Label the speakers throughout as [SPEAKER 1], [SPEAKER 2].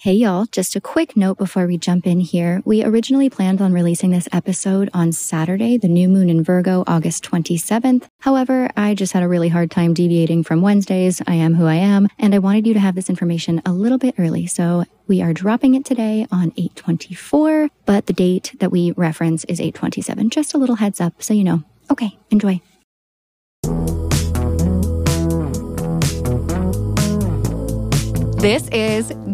[SPEAKER 1] Hey y'all, just a quick note before we jump in here. We originally planned on releasing this episode on Saturday, the new moon in Virgo, August 27th. However, I just had a really hard time deviating from Wednesdays. I am who I am, and I wanted you to have this information a little bit early. So we are dropping it today on 824, but the date that we reference is 827. Just a little heads up so you know. Okay, enjoy.
[SPEAKER 2] This is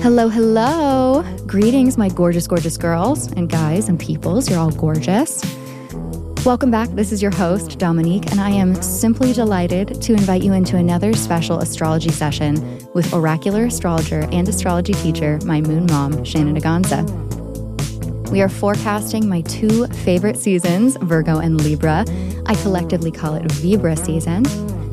[SPEAKER 1] Hello, hello. Greetings, my gorgeous, gorgeous girls and guys and peoples. You're all gorgeous. Welcome back. This is your host, Dominique, and I am simply delighted to invite you into another special astrology session with oracular astrologer and astrology teacher, my moon mom, Shannon Agonza. We are forecasting my two favorite seasons, Virgo and Libra. I collectively call it Vibra season.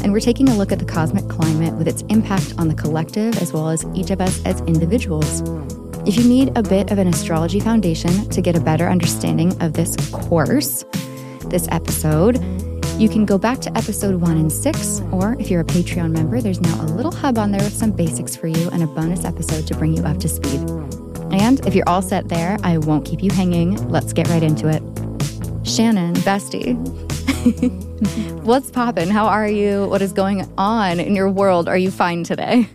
[SPEAKER 1] And we're taking a look at the cosmic climate with its impact on the collective as well as each of us as individuals. If you need a bit of an astrology foundation to get a better understanding of this course, this episode, you can go back to episode one and six, or if you're a Patreon member, there's now a little hub on there with some basics for you and a bonus episode to bring you up to speed. And if you're all set there, I won't keep you hanging. Let's get right into it. Shannon, bestie. What's poppin'? How are you? What is going on in your world? Are you fine today?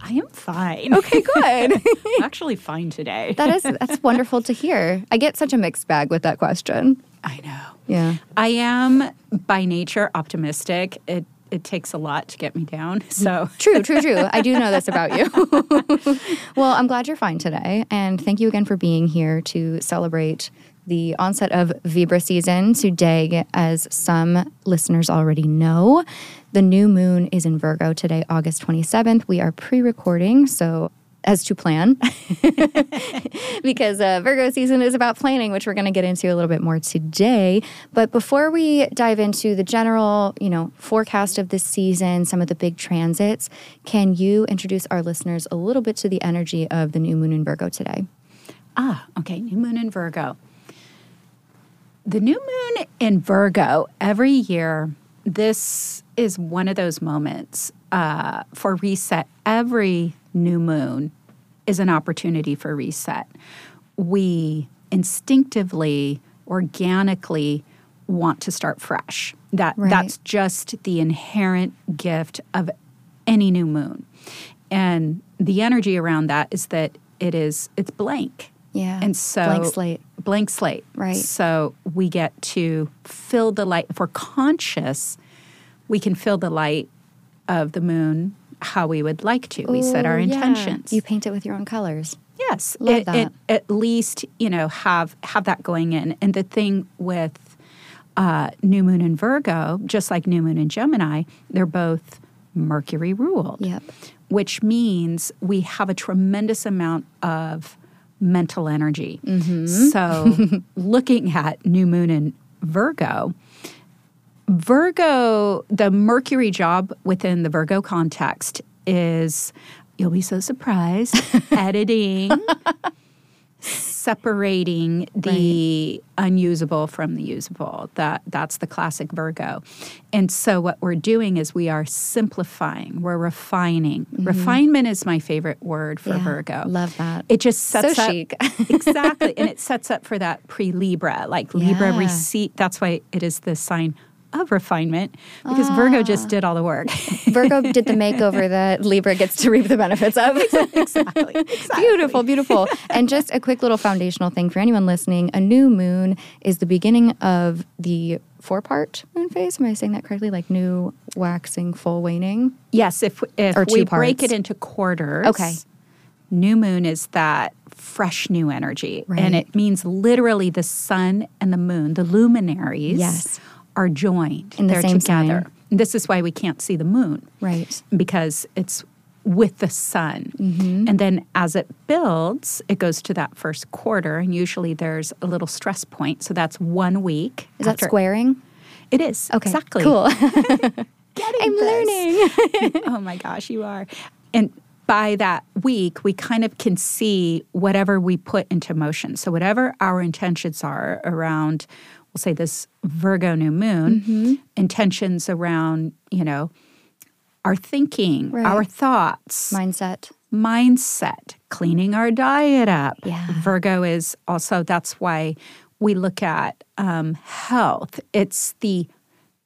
[SPEAKER 3] I am fine.
[SPEAKER 1] Okay, good.
[SPEAKER 3] I'm actually fine today.
[SPEAKER 1] that is that's wonderful to hear. I get such a mixed bag with that question.
[SPEAKER 3] I know.
[SPEAKER 1] Yeah.
[SPEAKER 3] I am by nature optimistic. It it takes a lot to get me down. So
[SPEAKER 1] True, true, true. I do know this about you. well, I'm glad you're fine today. And thank you again for being here to celebrate the onset of Vibra season. Today, as some listeners already know, the new moon is in Virgo today, August 27th. We are pre recording, so as to plan, because uh, Virgo season is about planning, which we're going to get into a little bit more today. But before we dive into the general, you know, forecast of this season, some of the big transits, can you introduce our listeners a little bit to the energy of the new moon in Virgo today?
[SPEAKER 3] ah, okay, new moon in Virgo. The new moon in Virgo every year, this is one of those moments uh, for reset. Every new moon is an opportunity for reset. We instinctively, organically want to start fresh. That
[SPEAKER 1] Right.
[SPEAKER 3] that's just the inherent gift of any new moon. And the energy around that is that it is it's blank.
[SPEAKER 1] Yeah,
[SPEAKER 3] And so
[SPEAKER 1] blank slate.
[SPEAKER 3] Blank slate.
[SPEAKER 1] Right.
[SPEAKER 3] So we get to fill the light. If we're conscious, we can fill the light of the moon how we would like to. we set our
[SPEAKER 1] Ooh, yeah.
[SPEAKER 3] intentions.
[SPEAKER 1] You paint it with your own colors.
[SPEAKER 3] Yes,
[SPEAKER 1] Love
[SPEAKER 3] it- it-
[SPEAKER 1] that.
[SPEAKER 3] at least you know have have that going in. And the thing with uh, New Moon and Virgo, just like New Moon and Gemini, they're both Mercury ruled.
[SPEAKER 1] Yep.
[SPEAKER 3] Which means we have a tremendous amount of mental energy.
[SPEAKER 1] Mm-hmm.
[SPEAKER 3] So looking at New Moon and Virgo, Virgo, the Mercury job within the Virgo context is you'll be so surprised editing, separating the unusable from the usable. That that's the classic Virgo. And so what we're doing is we are simplifying, we're refining. Refinement is my favorite word for
[SPEAKER 1] Mm-hmm. Yeah,
[SPEAKER 3] Virgo.
[SPEAKER 1] love that.
[SPEAKER 3] It just sets
[SPEAKER 1] So
[SPEAKER 3] up
[SPEAKER 1] chic.
[SPEAKER 3] exactly, and it sets up for that pre Libra, like Libra
[SPEAKER 1] Yeah.
[SPEAKER 3] receipt. That's why it is the sign of refinement because
[SPEAKER 1] Ah.
[SPEAKER 3] Virgo just did all the work.
[SPEAKER 1] Virgo did the makeover that Libra gets to reap the benefits of.
[SPEAKER 3] exactly. exactly.
[SPEAKER 1] Beautiful, beautiful. And just a quick little foundational thing for anyone listening a new moon is the beginning of the four part moon phase. Am I saying that correctly? Like new waxing, full waning?
[SPEAKER 3] Yes, if if
[SPEAKER 1] Or
[SPEAKER 3] we
[SPEAKER 1] two
[SPEAKER 3] break
[SPEAKER 1] parts.
[SPEAKER 3] it into quarters.
[SPEAKER 1] Okay.
[SPEAKER 3] New moon is that fresh new energy,
[SPEAKER 1] Right.
[SPEAKER 3] and it means literally the sun and the moon, the luminaries,
[SPEAKER 1] Yes.
[SPEAKER 3] are joined.
[SPEAKER 1] In the
[SPEAKER 3] They're
[SPEAKER 1] same sign.
[SPEAKER 3] together. This is why we can't see the moon.
[SPEAKER 1] Right.
[SPEAKER 3] Because it's with the sun.
[SPEAKER 1] Mm-hmm.
[SPEAKER 3] And then as it builds, it goes to that first quarter, and usually there's a little stress point. So that's one week.
[SPEAKER 1] Is that
[SPEAKER 3] after-
[SPEAKER 1] squaring?
[SPEAKER 3] It is.
[SPEAKER 1] Okay.
[SPEAKER 3] Exactly.
[SPEAKER 1] Cool.
[SPEAKER 3] I'm
[SPEAKER 1] learning.
[SPEAKER 3] oh my gosh, you are. And by that week, we kind of can see whatever we put into motion. So, whatever our intentions are around, we'll say this Virgo new moon,
[SPEAKER 1] Mm-hmm.
[SPEAKER 3] intentions around, you know, our thinking,
[SPEAKER 1] Right.
[SPEAKER 3] our thoughts,
[SPEAKER 1] Mindset.
[SPEAKER 3] mindset, cleaning our diet up.
[SPEAKER 1] Yeah.
[SPEAKER 3] Virgo is also, that's why we look at um, health. It's the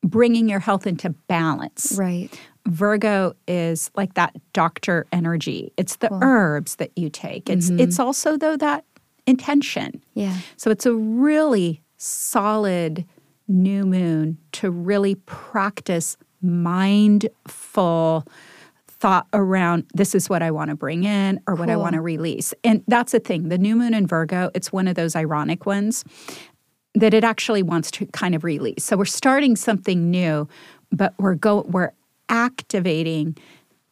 [SPEAKER 3] bringing your health into balance.
[SPEAKER 1] Right.
[SPEAKER 3] Virgo is like that doctor energy. It's the herbs that you take. It's it's also though that intention.
[SPEAKER 1] Yeah.
[SPEAKER 3] So it's a really solid new moon to really practice mindful thought around this is what I want to bring in or what I
[SPEAKER 1] Cool.
[SPEAKER 3] want to release. And that's the thing. The new moon in Virgo, it's one of those ironic ones that it actually wants to kind of release. So we're starting something new, but we're go we're activating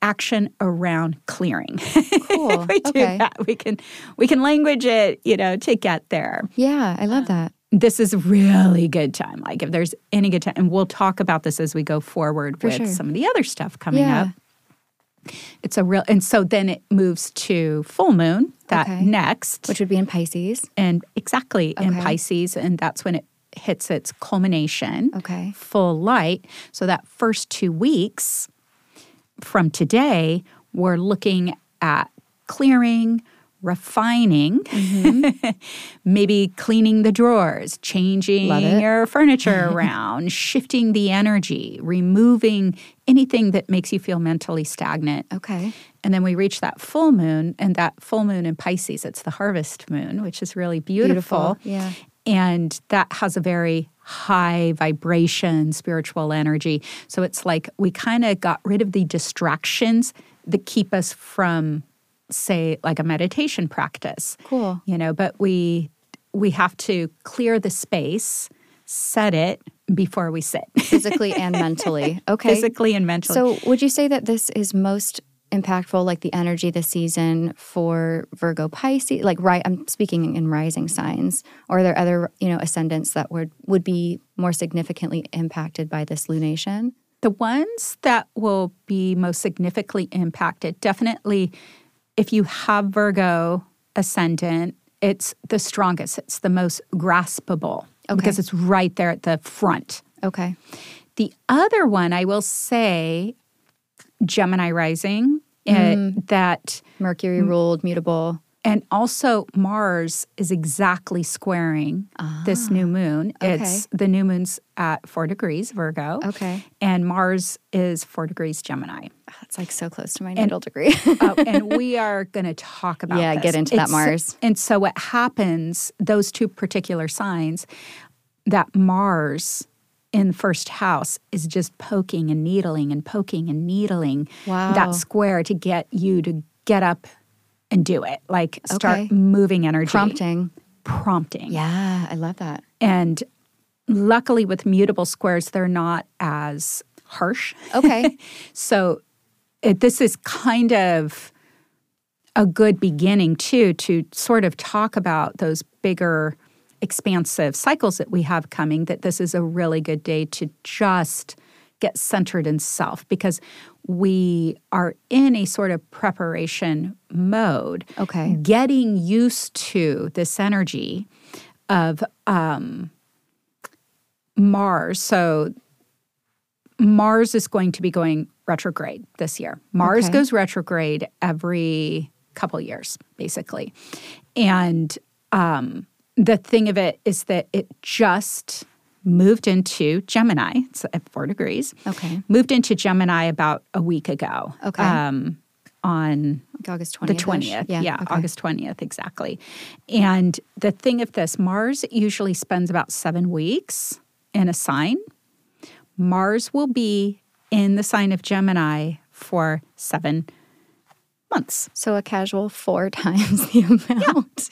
[SPEAKER 3] action around clearing.
[SPEAKER 1] Cool.
[SPEAKER 3] we do
[SPEAKER 1] okay.
[SPEAKER 3] that. We can we can language it, you know, to get there.
[SPEAKER 1] Yeah, I love that.
[SPEAKER 3] This is really good time. Like if there's any good time, and we'll talk about this as we go forward with
[SPEAKER 1] sure.
[SPEAKER 3] some of the other stuff coming
[SPEAKER 1] Yeah.
[SPEAKER 3] up. It's a real and so then it moves to full moon that
[SPEAKER 1] Okay.
[SPEAKER 3] next
[SPEAKER 1] Which would be in Pisces.
[SPEAKER 3] and exactly in
[SPEAKER 1] Okay.
[SPEAKER 3] Pisces and that's when it hits its culmination.
[SPEAKER 1] Okay.
[SPEAKER 3] Full light. So that first 2 weeks from today, we're looking at clearing, refining, maybe cleaning the drawers, changing
[SPEAKER 1] Love it.
[SPEAKER 3] your furniture around, shifting the energy, removing anything that makes you feel mentally stagnant.
[SPEAKER 1] Okay.
[SPEAKER 3] And then we reach that full moon, and that full moon in Pisces, it's the harvest moon, which is really beautiful.
[SPEAKER 1] Yeah.
[SPEAKER 3] And that has a very high vibration, spiritual energy. So it's like we kind of got rid of the distractions that keep us from, say, like a meditation practice.
[SPEAKER 1] Cool.
[SPEAKER 3] You know, but we we have to clear the space, set it before we sit,
[SPEAKER 1] Physically and mentally. Okay.
[SPEAKER 3] physically and mentally.
[SPEAKER 1] So, would you say that this is most impactful, like the energy this season for Virgo Pisces? Like, right, I'm speaking in rising signs. Or are there other, you know, ascendants that would would be more significantly impacted by this lunation?
[SPEAKER 3] The ones that will be most significantly impacted, definitely if you have Virgo ascendant, it's the strongest, it's the most graspable because it's right there at the front.
[SPEAKER 1] Okay.
[SPEAKER 3] The other one, I will say, Gemini rising, uh, that,
[SPEAKER 1] Mercury
[SPEAKER 3] Mm.
[SPEAKER 1] ruled, mutable.
[SPEAKER 3] and also Mars is exactly squaring this new moon. It's the new moon's at four degrees, Virgo.
[SPEAKER 1] Okay.
[SPEAKER 3] And Mars is four degrees Gemini.
[SPEAKER 1] That's like so close to my natal degree.
[SPEAKER 3] Oh, and we are going to talk about
[SPEAKER 1] Yeah,
[SPEAKER 3] this.
[SPEAKER 1] get into that,
[SPEAKER 3] It's-
[SPEAKER 1] Mars.
[SPEAKER 3] And so what happens? Those two particular signs, that Mars in the first house is just poking and needling and poking and needling
[SPEAKER 1] Wow.
[SPEAKER 3] that square to get you to get up and do it, like start
[SPEAKER 1] Okay.
[SPEAKER 3] moving energy,
[SPEAKER 1] Prompting.
[SPEAKER 3] prompting,
[SPEAKER 1] Yeah, I love that.
[SPEAKER 3] and luckily with mutable squares, they're not as harsh.
[SPEAKER 1] Okay.
[SPEAKER 3] So it, this is kind of a good beginning too to sort of talk about those bigger expansive cycles that we have coming that this is a really good day to just get centered in self because we are in a sort of preparation mode
[SPEAKER 1] Okay.
[SPEAKER 3] getting used to this energy of um, Mars. So Mars is going to be going retrograde this year. Mars
[SPEAKER 1] Okay.
[SPEAKER 3] goes retrograde every couple years, basically. And um, the thing of it is that it just moved into Gemini. It's at four degrees.
[SPEAKER 1] Okay.
[SPEAKER 3] Moved into Gemini about a week ago.
[SPEAKER 1] Okay.
[SPEAKER 3] Um, on
[SPEAKER 1] Like August 20th.
[SPEAKER 3] the 20th. Yeah,
[SPEAKER 1] okay.
[SPEAKER 3] August 20th, exactly. And the thing of this, Mars usually spends about seven weeks in a sign. Mars will be in the sign of Gemini for seven months.
[SPEAKER 1] So, a casual four times the amount.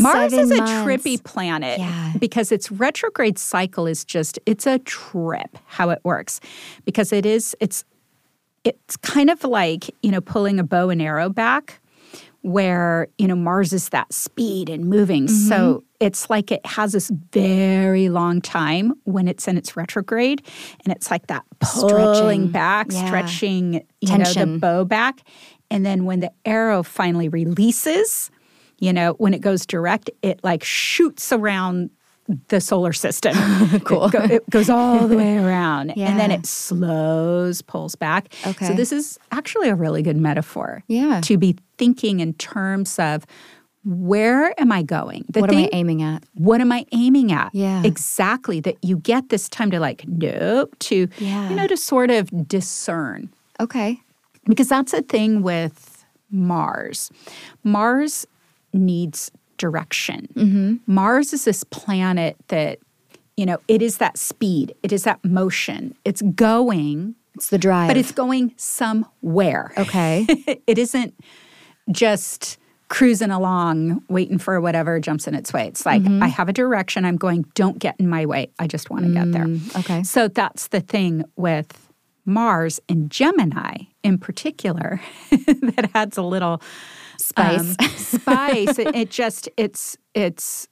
[SPEAKER 3] Mars
[SPEAKER 1] Seven
[SPEAKER 3] is a
[SPEAKER 1] months.
[SPEAKER 3] trippy planet
[SPEAKER 1] Yeah.
[SPEAKER 3] because its retrograde cycle is just it's a trip how it works because it is it's it's kind of like, you know, pulling a bow and arrow back where, you know, Mars is that speed and moving.
[SPEAKER 1] Mm-hmm.
[SPEAKER 3] So it's like it has this very long time when it's in its retrograde and it's like that pulling
[SPEAKER 1] Stretching.
[SPEAKER 3] back,
[SPEAKER 1] Yeah.
[SPEAKER 3] stretching, you know,
[SPEAKER 1] Tension.
[SPEAKER 3] the bow back. And then when the arrow finally releases, you know, when it goes direct, it like shoots around the solar system. cool. It, go- it goes all the way around. And then
[SPEAKER 1] Yeah.
[SPEAKER 3] it slows, pulls back.
[SPEAKER 1] Okay.
[SPEAKER 3] So this is actually a really good metaphor.
[SPEAKER 1] Yeah.
[SPEAKER 3] To be thinking in terms of where am I going? The
[SPEAKER 1] What am I
[SPEAKER 3] thing-
[SPEAKER 1] aiming at?
[SPEAKER 3] what am I aiming at?
[SPEAKER 1] Yeah.
[SPEAKER 3] Exactly. That you get this time to like, nope, to
[SPEAKER 1] Yeah.
[SPEAKER 3] you know, to sort of discern.
[SPEAKER 1] Okay.
[SPEAKER 3] Because that's a thing with Mars. Mars needs direction. Mars is this planet that, you know, it is that speed, it is that motion. It's going,
[SPEAKER 1] It's the drive.
[SPEAKER 3] but it's going somewhere.
[SPEAKER 1] okay.
[SPEAKER 3] it isn't just cruising along, waiting for whatever jumps in its way. It's like, I have a direction I'm going, don't get in my way. I just want to get there.
[SPEAKER 1] okay.
[SPEAKER 3] So that's the thing with Mars and Gemini in particular that adds a little
[SPEAKER 1] Spice.
[SPEAKER 3] um, spice. It, it just, it's, it's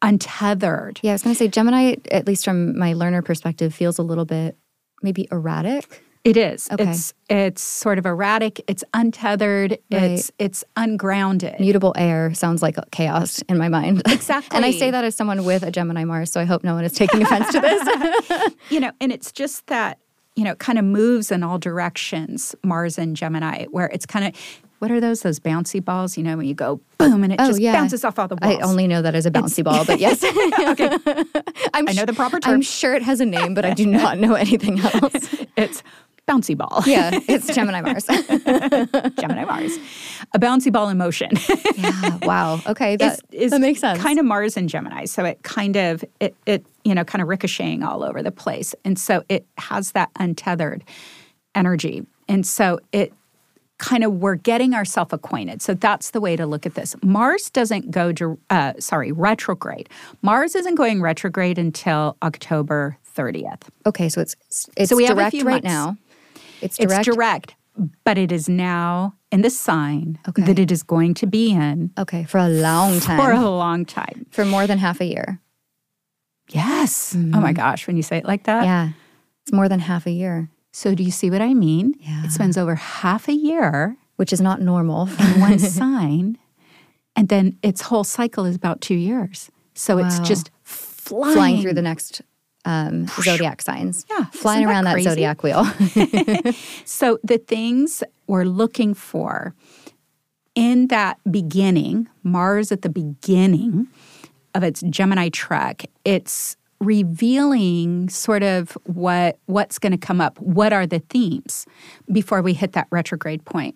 [SPEAKER 3] untethered.
[SPEAKER 1] yeah, I was going to say Gemini, at least from my learner perspective, feels a little bit maybe erratic.
[SPEAKER 3] It is.
[SPEAKER 1] Okay.
[SPEAKER 3] It's it's sort of erratic. It's untethered.
[SPEAKER 1] Right.
[SPEAKER 3] It's it's ungrounded.
[SPEAKER 1] Mutable air sounds like chaos in my mind.
[SPEAKER 3] Exactly.
[SPEAKER 1] and I say that as someone with a Gemini Mars, so I hope no one is taking offense to this.
[SPEAKER 3] you know, and it's just that, you know, it kind of moves in all directions, Mars and Gemini, where it's kind of, what are those, those bouncy balls, you know, when you go boom and it
[SPEAKER 1] Oh,
[SPEAKER 3] just
[SPEAKER 1] yeah.
[SPEAKER 3] bounces off all the
[SPEAKER 1] I
[SPEAKER 3] walls.
[SPEAKER 1] only know that as a bouncy ball, but yes. I'm
[SPEAKER 3] I know the proper
[SPEAKER 1] I'm
[SPEAKER 3] term.
[SPEAKER 1] sure it has a name, but I do not know anything else.
[SPEAKER 3] it's bouncy ball,
[SPEAKER 1] Yeah, it's Gemini Mars.
[SPEAKER 3] Gemini Mars. A bouncy ball in motion.
[SPEAKER 1] yeah, wow. Okay, that, that makes sense.
[SPEAKER 3] Kind of Mars and Gemini. So it kind of, it, it, you know, kind of ricocheting all over the place. And so it has that untethered energy. And so it kind of, we're getting ourselves acquainted. So that's the way to look at this. Mars doesn't go, to, uh, sorry, retrograde. Mars isn't going retrograde until October 30th.
[SPEAKER 1] okay, so it's it's
[SPEAKER 3] So we have a
[SPEAKER 1] direct
[SPEAKER 3] few
[SPEAKER 1] right
[SPEAKER 3] months.
[SPEAKER 1] now. It's direct.
[SPEAKER 3] It's direct, but it is now in the sign
[SPEAKER 1] Okay.
[SPEAKER 3] that it is going to be in
[SPEAKER 1] okay, for a long time.
[SPEAKER 3] for a long time.
[SPEAKER 1] for more than half a year.
[SPEAKER 3] Yes. Oh my gosh, when you say it like that.
[SPEAKER 1] yeah. It's more than half a year,
[SPEAKER 3] So do you see what I mean?
[SPEAKER 1] Yeah.
[SPEAKER 3] It spends over half a year
[SPEAKER 1] which is not normal.
[SPEAKER 3] in one sign, and then its whole cycle is about two years. So it's
[SPEAKER 1] Wow.
[SPEAKER 3] just flying.
[SPEAKER 1] flying through the next um, zodiac signs.
[SPEAKER 3] Yeah,
[SPEAKER 1] Flying
[SPEAKER 3] isn't that
[SPEAKER 1] around that,
[SPEAKER 3] crazy?
[SPEAKER 1] zodiac wheel.
[SPEAKER 3] So the things we're looking for in that beginning, Mars at the beginning of its Gemini trek, it's revealing sort of what what's going to come up. What are the themes before we hit that retrograde point?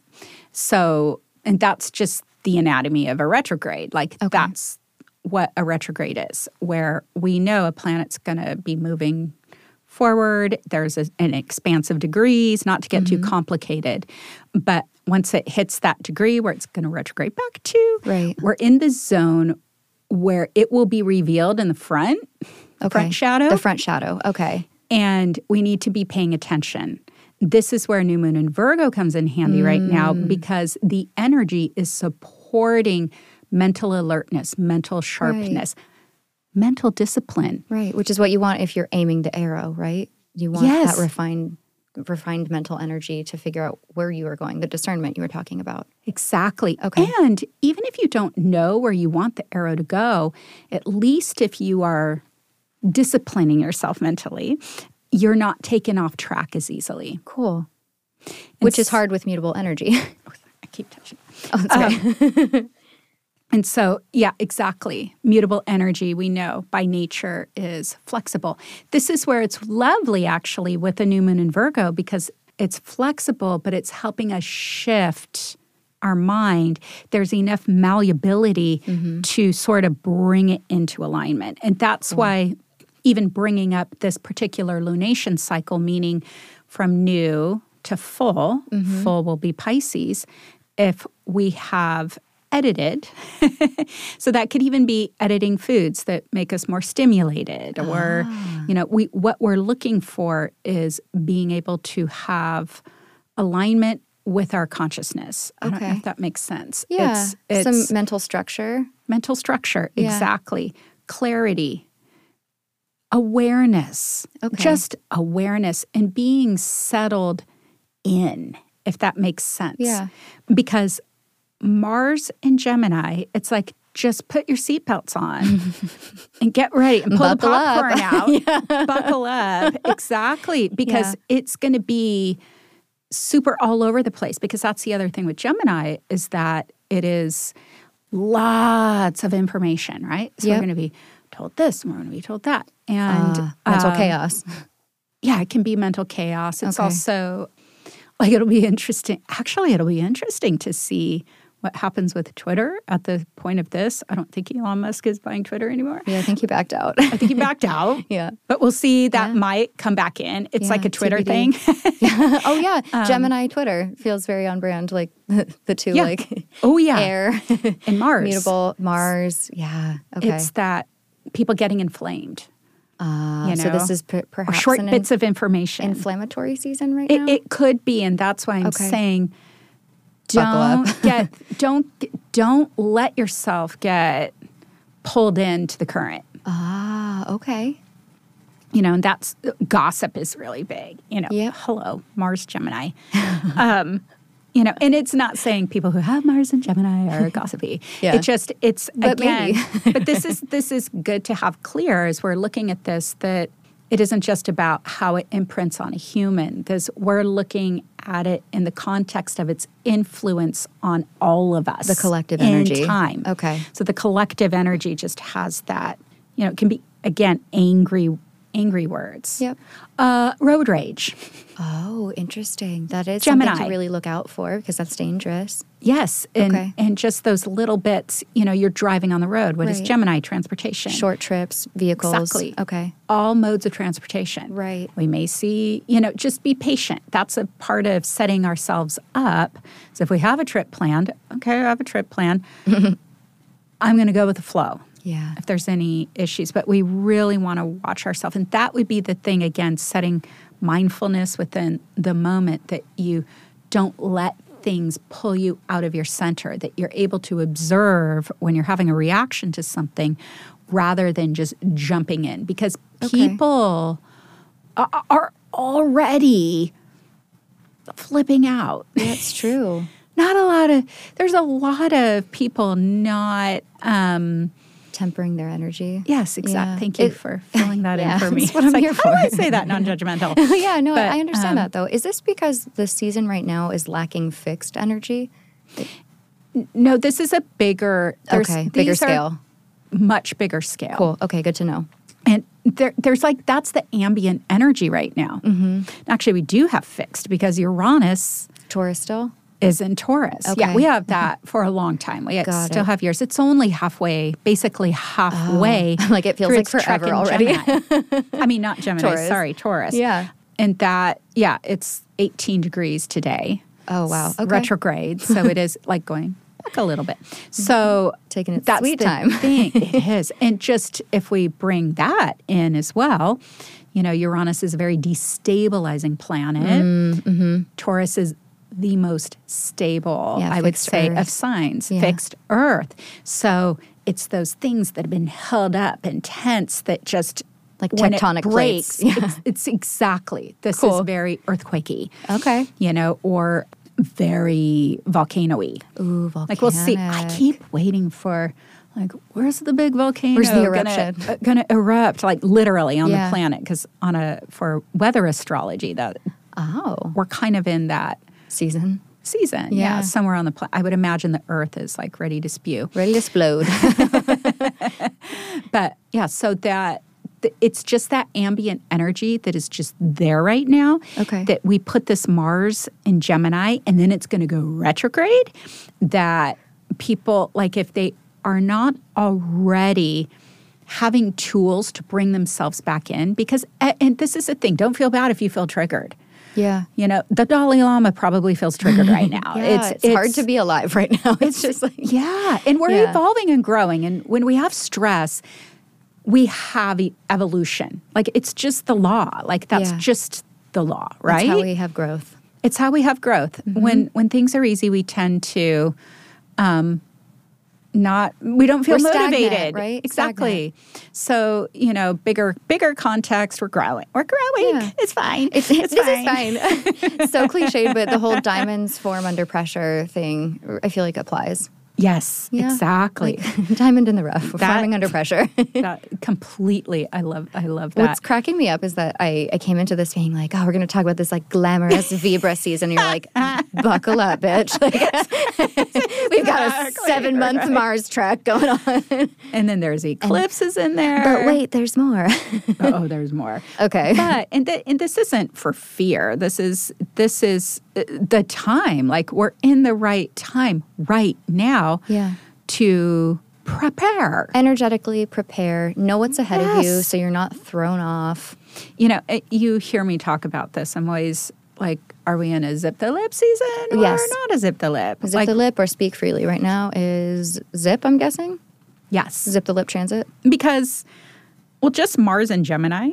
[SPEAKER 3] So, and that's just the anatomy of a retrograde. Like that's what a retrograde is, where we know a planet's going to be moving forward. There's a, an expanse of degrees, not to get too complicated. But once it hits that degree where it's going to retrograde back to,
[SPEAKER 1] Right.
[SPEAKER 3] we're in the zone where it will be revealed in the front,
[SPEAKER 1] Okay.
[SPEAKER 3] front shadow,
[SPEAKER 1] The front shadow. Okay.
[SPEAKER 3] and we need to be paying attention. This is where New Moon and Virgo comes in handy right now
[SPEAKER 1] Mm.
[SPEAKER 3] because the energy is supporting mental alertness, mental sharpness, mental discipline.
[SPEAKER 1] Right. Which is what you want if you're aiming the arrow, right? You want
[SPEAKER 3] Yes.
[SPEAKER 1] that refined refined mental energy to figure out where you are going, the discernment you were talking about.
[SPEAKER 3] Exactly.
[SPEAKER 1] Okay.
[SPEAKER 3] And even if you don't know where you want the arrow to go, at least if you are disciplining yourself mentally, you're not taken off track as easily.
[SPEAKER 1] Cool. Which is
[SPEAKER 3] s-
[SPEAKER 1] hard with mutable energy.
[SPEAKER 3] I keep touching. Um,
[SPEAKER 1] oh, that's okay.
[SPEAKER 3] And so, yeah, exactly. Mutable energy, we know by nature, is flexible. This is where it's lovely, actually, with the new moon in Virgo because it's flexible, but it's helping us shift our mind. There's enough malleability
[SPEAKER 1] Mm-hmm.
[SPEAKER 3] to sort of bring it into alignment. And that's why even bringing up this particular lunation cycle, meaning from
[SPEAKER 1] Mm-hmm.
[SPEAKER 3] new to full, full will be Pisces. If we have edited. so that could even be editing foods that make us more stimulated or
[SPEAKER 1] Ah.
[SPEAKER 3] you know, we what we're looking for is being able to have alignment with our consciousness. I don't know
[SPEAKER 1] Okay.
[SPEAKER 3] if that makes sense.
[SPEAKER 1] Yeah.
[SPEAKER 3] It's, it's
[SPEAKER 1] Some mental structure.
[SPEAKER 3] mental structure
[SPEAKER 1] Yeah.
[SPEAKER 3] exactly clarity awareness
[SPEAKER 1] Okay.
[SPEAKER 3] just awareness and being settled in if that makes sense
[SPEAKER 1] Yeah.
[SPEAKER 3] because mars and gemini it's like just put your seatbelts on and get ready and pull
[SPEAKER 1] Buckle
[SPEAKER 3] the
[SPEAKER 1] up.
[SPEAKER 3] popcorn out buckle up exactly because it's going to be super all over the place because that's the other thing with Gemini is that it is lots of information, right? So
[SPEAKER 1] Yep.
[SPEAKER 3] we're going to be told this, and we're going to be told that. And
[SPEAKER 1] Ah, mental
[SPEAKER 3] um,
[SPEAKER 1] chaos.
[SPEAKER 3] Yeah, it can be mental chaos. It's
[SPEAKER 1] Okay.
[SPEAKER 3] also like it'll be interesting. Actually, it'll be interesting to see what happens with Twitter at the point of this. I don't think Elon Musk is buying Twitter anymore.
[SPEAKER 1] Yeah, I think you backed out.
[SPEAKER 3] I think he backed out.
[SPEAKER 1] yeah.
[SPEAKER 3] But we'll see. That
[SPEAKER 1] Yeah.
[SPEAKER 3] might come back in. It's like
[SPEAKER 1] Yeah,
[SPEAKER 3] a Twitter
[SPEAKER 1] TBD.
[SPEAKER 3] thing.
[SPEAKER 1] oh yeah, Gemini Twitter feels very on brand. Like the two,
[SPEAKER 3] Um, Yeah.
[SPEAKER 1] like
[SPEAKER 3] oh yeah,
[SPEAKER 1] air,
[SPEAKER 3] and Mars.
[SPEAKER 1] mutable Mars. Yeah. Okay.
[SPEAKER 3] It's that people getting inflamed
[SPEAKER 1] Uh,
[SPEAKER 3] you
[SPEAKER 1] so this
[SPEAKER 3] know,
[SPEAKER 1] is per-
[SPEAKER 3] or
[SPEAKER 1] perhaps
[SPEAKER 3] short
[SPEAKER 1] an in-
[SPEAKER 3] bits of information.
[SPEAKER 1] inflammatory season right
[SPEAKER 3] it,
[SPEAKER 1] now.
[SPEAKER 3] it could be, and that's why I'm
[SPEAKER 1] Okay.
[SPEAKER 3] saying
[SPEAKER 1] Buckle up.
[SPEAKER 3] don't get don't g- don't let yourself get pulled into the current.
[SPEAKER 1] ah, okay.
[SPEAKER 3] You know, and that's gossip is really big. You know,
[SPEAKER 1] Yep.
[SPEAKER 3] hello Mars Gemini. um, you know, and it's not saying people who have Mars and Gemini are gossipy.
[SPEAKER 1] Yeah.
[SPEAKER 3] It just it's
[SPEAKER 1] But
[SPEAKER 3] again,
[SPEAKER 1] maybe.
[SPEAKER 3] but this is this is good to have clear as we're looking at this that it isn't just about how it imprints on a human. This we're looking at it in the context of its influence on all of us.
[SPEAKER 1] The collective
[SPEAKER 3] in
[SPEAKER 1] energy.
[SPEAKER 3] time.
[SPEAKER 1] Okay.
[SPEAKER 3] So the collective energy just has that. You know, it can be again angry, angry words.
[SPEAKER 1] Yep.
[SPEAKER 3] Uh, road rage.
[SPEAKER 1] Oh, interesting. That is something
[SPEAKER 3] Gemini.
[SPEAKER 1] to really look out for because that's dangerous.
[SPEAKER 3] Yes, and
[SPEAKER 1] Okay.
[SPEAKER 3] and just those little bits. You know, you're driving on the road. What is
[SPEAKER 1] Right.
[SPEAKER 3] Gemini transportation?
[SPEAKER 1] Short trips, vehicles.
[SPEAKER 3] Exactly.
[SPEAKER 1] Okay.
[SPEAKER 3] all modes of transportation.
[SPEAKER 1] Right.
[SPEAKER 3] We may see, you know, just be patient. That's a part of setting ourselves up. So if we have a trip planned, okay, I have a trip planned. I'm going to go with the flow.
[SPEAKER 1] Yeah.
[SPEAKER 3] If there's any issues, but we really want to watch ourselves. And that would be the thing again, setting mindfulness within the moment that you don't let things pull you out of your center, that you're able to observe when you're having a reaction to something rather than just jumping in because
[SPEAKER 1] Okay.
[SPEAKER 3] people a- are already flipping out
[SPEAKER 1] That's true.
[SPEAKER 3] not a lot of there's a lot of people not um
[SPEAKER 1] Tempering their energy.
[SPEAKER 3] yes exactly
[SPEAKER 1] Yeah.
[SPEAKER 3] thank you
[SPEAKER 1] It-
[SPEAKER 3] for filling that
[SPEAKER 1] Yeah,
[SPEAKER 3] in for me
[SPEAKER 1] that's what
[SPEAKER 3] It's
[SPEAKER 1] I'm
[SPEAKER 3] like,
[SPEAKER 1] here
[SPEAKER 3] how do i
[SPEAKER 1] for.
[SPEAKER 3] say that non-judgmental
[SPEAKER 1] yeah, no,
[SPEAKER 3] But, um,
[SPEAKER 1] I understand that though. Is this because the season right now is lacking fixed energy?
[SPEAKER 3] no this is a bigger there's-
[SPEAKER 1] okay, bigger
[SPEAKER 3] these are
[SPEAKER 1] scale.
[SPEAKER 3] much bigger scale
[SPEAKER 1] Cool. Okay, good to know.
[SPEAKER 3] and there, there's like that's the ambient energy right now
[SPEAKER 1] Mm-hmm.
[SPEAKER 3] actually we do have fixed because uranus
[SPEAKER 1] Taurus still?
[SPEAKER 3] is in Taurus. Yeah,
[SPEAKER 1] Okay. Mm-hmm.
[SPEAKER 3] we have that for a long time. We
[SPEAKER 1] Got
[SPEAKER 3] still
[SPEAKER 1] it.
[SPEAKER 3] have years. It's only halfway, basically halfway.
[SPEAKER 1] Oh, Like, it feels
[SPEAKER 3] through
[SPEAKER 1] like
[SPEAKER 3] its trek
[SPEAKER 1] forever
[SPEAKER 3] in
[SPEAKER 1] already.
[SPEAKER 3] Gemini. I mean, not Gemini.
[SPEAKER 1] Taurus.
[SPEAKER 3] Sorry, Taurus.
[SPEAKER 1] Yeah.
[SPEAKER 3] and that yeah, it's 18 degrees today.
[SPEAKER 1] Oh, wow.
[SPEAKER 3] It's
[SPEAKER 1] Okay. Mm-hmm.
[SPEAKER 3] retrograde, so it is like going back a little bit. So
[SPEAKER 1] Taking its
[SPEAKER 3] that's
[SPEAKER 1] sweet
[SPEAKER 3] the
[SPEAKER 1] time.
[SPEAKER 3] thing. It is, and just if we bring that in as well. You know, Uranus is a very destabilizing planet.
[SPEAKER 1] Mm,
[SPEAKER 3] Taurus is the most stable,
[SPEAKER 1] mm-hmm. Yeah,
[SPEAKER 3] I would
[SPEAKER 1] fixed
[SPEAKER 3] say,
[SPEAKER 1] Earth.
[SPEAKER 3] of signs,
[SPEAKER 1] Yeah.
[SPEAKER 3] fixed Earth. So it's those things that have been held up and tense that just
[SPEAKER 1] Like
[SPEAKER 3] when it
[SPEAKER 1] tectonic plates.
[SPEAKER 3] breaks, It's, it's exactly this
[SPEAKER 1] Cool.
[SPEAKER 3] is very earthquakey,
[SPEAKER 1] Okay.
[SPEAKER 3] you know, or very volcanoy.
[SPEAKER 1] Ooh, volcanic.
[SPEAKER 3] Like we'll see. I keep waiting for. Like, where's the big volcano?
[SPEAKER 1] Where's the
[SPEAKER 3] gonna-
[SPEAKER 1] eruption?
[SPEAKER 3] uh, Gonna, erupt, like literally on
[SPEAKER 1] Yeah.
[SPEAKER 3] the planet, because on a for weather astrology, that
[SPEAKER 1] Oh,
[SPEAKER 3] we're kind of in that
[SPEAKER 1] season.
[SPEAKER 3] season.
[SPEAKER 1] Yeah.
[SPEAKER 3] Yeah, somewhere on the planet. I would imagine the Earth is like ready to spew.
[SPEAKER 1] Ready to explode.
[SPEAKER 3] But yeah, so that th- it's just that ambient energy that is just there right now.
[SPEAKER 1] Okay.
[SPEAKER 3] That we put this Mars in Gemini and then it's going to go retrograde. That people, like, if they are not already having tools to bring themselves back in, because, a- and this is the thing, don't feel bad if you feel triggered.
[SPEAKER 1] Yeah.
[SPEAKER 3] You know, the Dalai Lama probably feels triggered right now.
[SPEAKER 1] Yeah, it's, hard to be alive right now. It's just like,
[SPEAKER 3] Yeah, and we're
[SPEAKER 1] Yeah.
[SPEAKER 3] evolving and growing. And when we have stress, we have e- evolution. Like it's just the law. Like that's
[SPEAKER 1] Yeah.
[SPEAKER 3] just the law, right?
[SPEAKER 1] that's how we Mm-hmm. have growth.
[SPEAKER 3] it's how we have growth. When when things are easy, we tend to um, not we don't feel
[SPEAKER 1] We're stagnant,
[SPEAKER 3] motivated,
[SPEAKER 1] right?
[SPEAKER 3] Exactly. So you know, bigger bigger context. We're growing. We're growing.
[SPEAKER 1] Yeah.
[SPEAKER 3] It's fine.
[SPEAKER 1] It's, this is fine. so cliched, but the whole diamonds form under pressure thing, I feel like applies.
[SPEAKER 3] Yes,
[SPEAKER 1] Yeah.
[SPEAKER 3] exactly.
[SPEAKER 1] Diamond in the rough,
[SPEAKER 3] That-
[SPEAKER 1] forming under pressure.
[SPEAKER 3] That- completely. I love. I love that.
[SPEAKER 1] What's cracking me up is that I, I came into this being like, oh, we're going to talk about this like glamorous Vibra season. And you're like, buckle up, bitch. Like, we've got a
[SPEAKER 3] Exactly
[SPEAKER 1] seven month Mars track going on.
[SPEAKER 3] and then there's eclipses in there.
[SPEAKER 1] But wait, there's more.
[SPEAKER 3] oh, there's more.
[SPEAKER 1] okay.
[SPEAKER 3] But and th- and this isn't for fear. This is this is uh, the time. Like we're in the right time right now.
[SPEAKER 1] Yeah.
[SPEAKER 3] To prepare.
[SPEAKER 1] Energetically prepare, know what's ahead of you
[SPEAKER 3] Yes.
[SPEAKER 1] so you're not thrown off.
[SPEAKER 3] You know, uh, you hear me talk about this. I'm always like, are we in a zip the lip season or
[SPEAKER 1] Yes.
[SPEAKER 3] not a zip the lip?
[SPEAKER 1] Zip
[SPEAKER 3] like,
[SPEAKER 1] the lip or speak freely right now is zip, I'm guessing.
[SPEAKER 3] yes.
[SPEAKER 1] Zip the lip transit.
[SPEAKER 3] because well just mars and gemini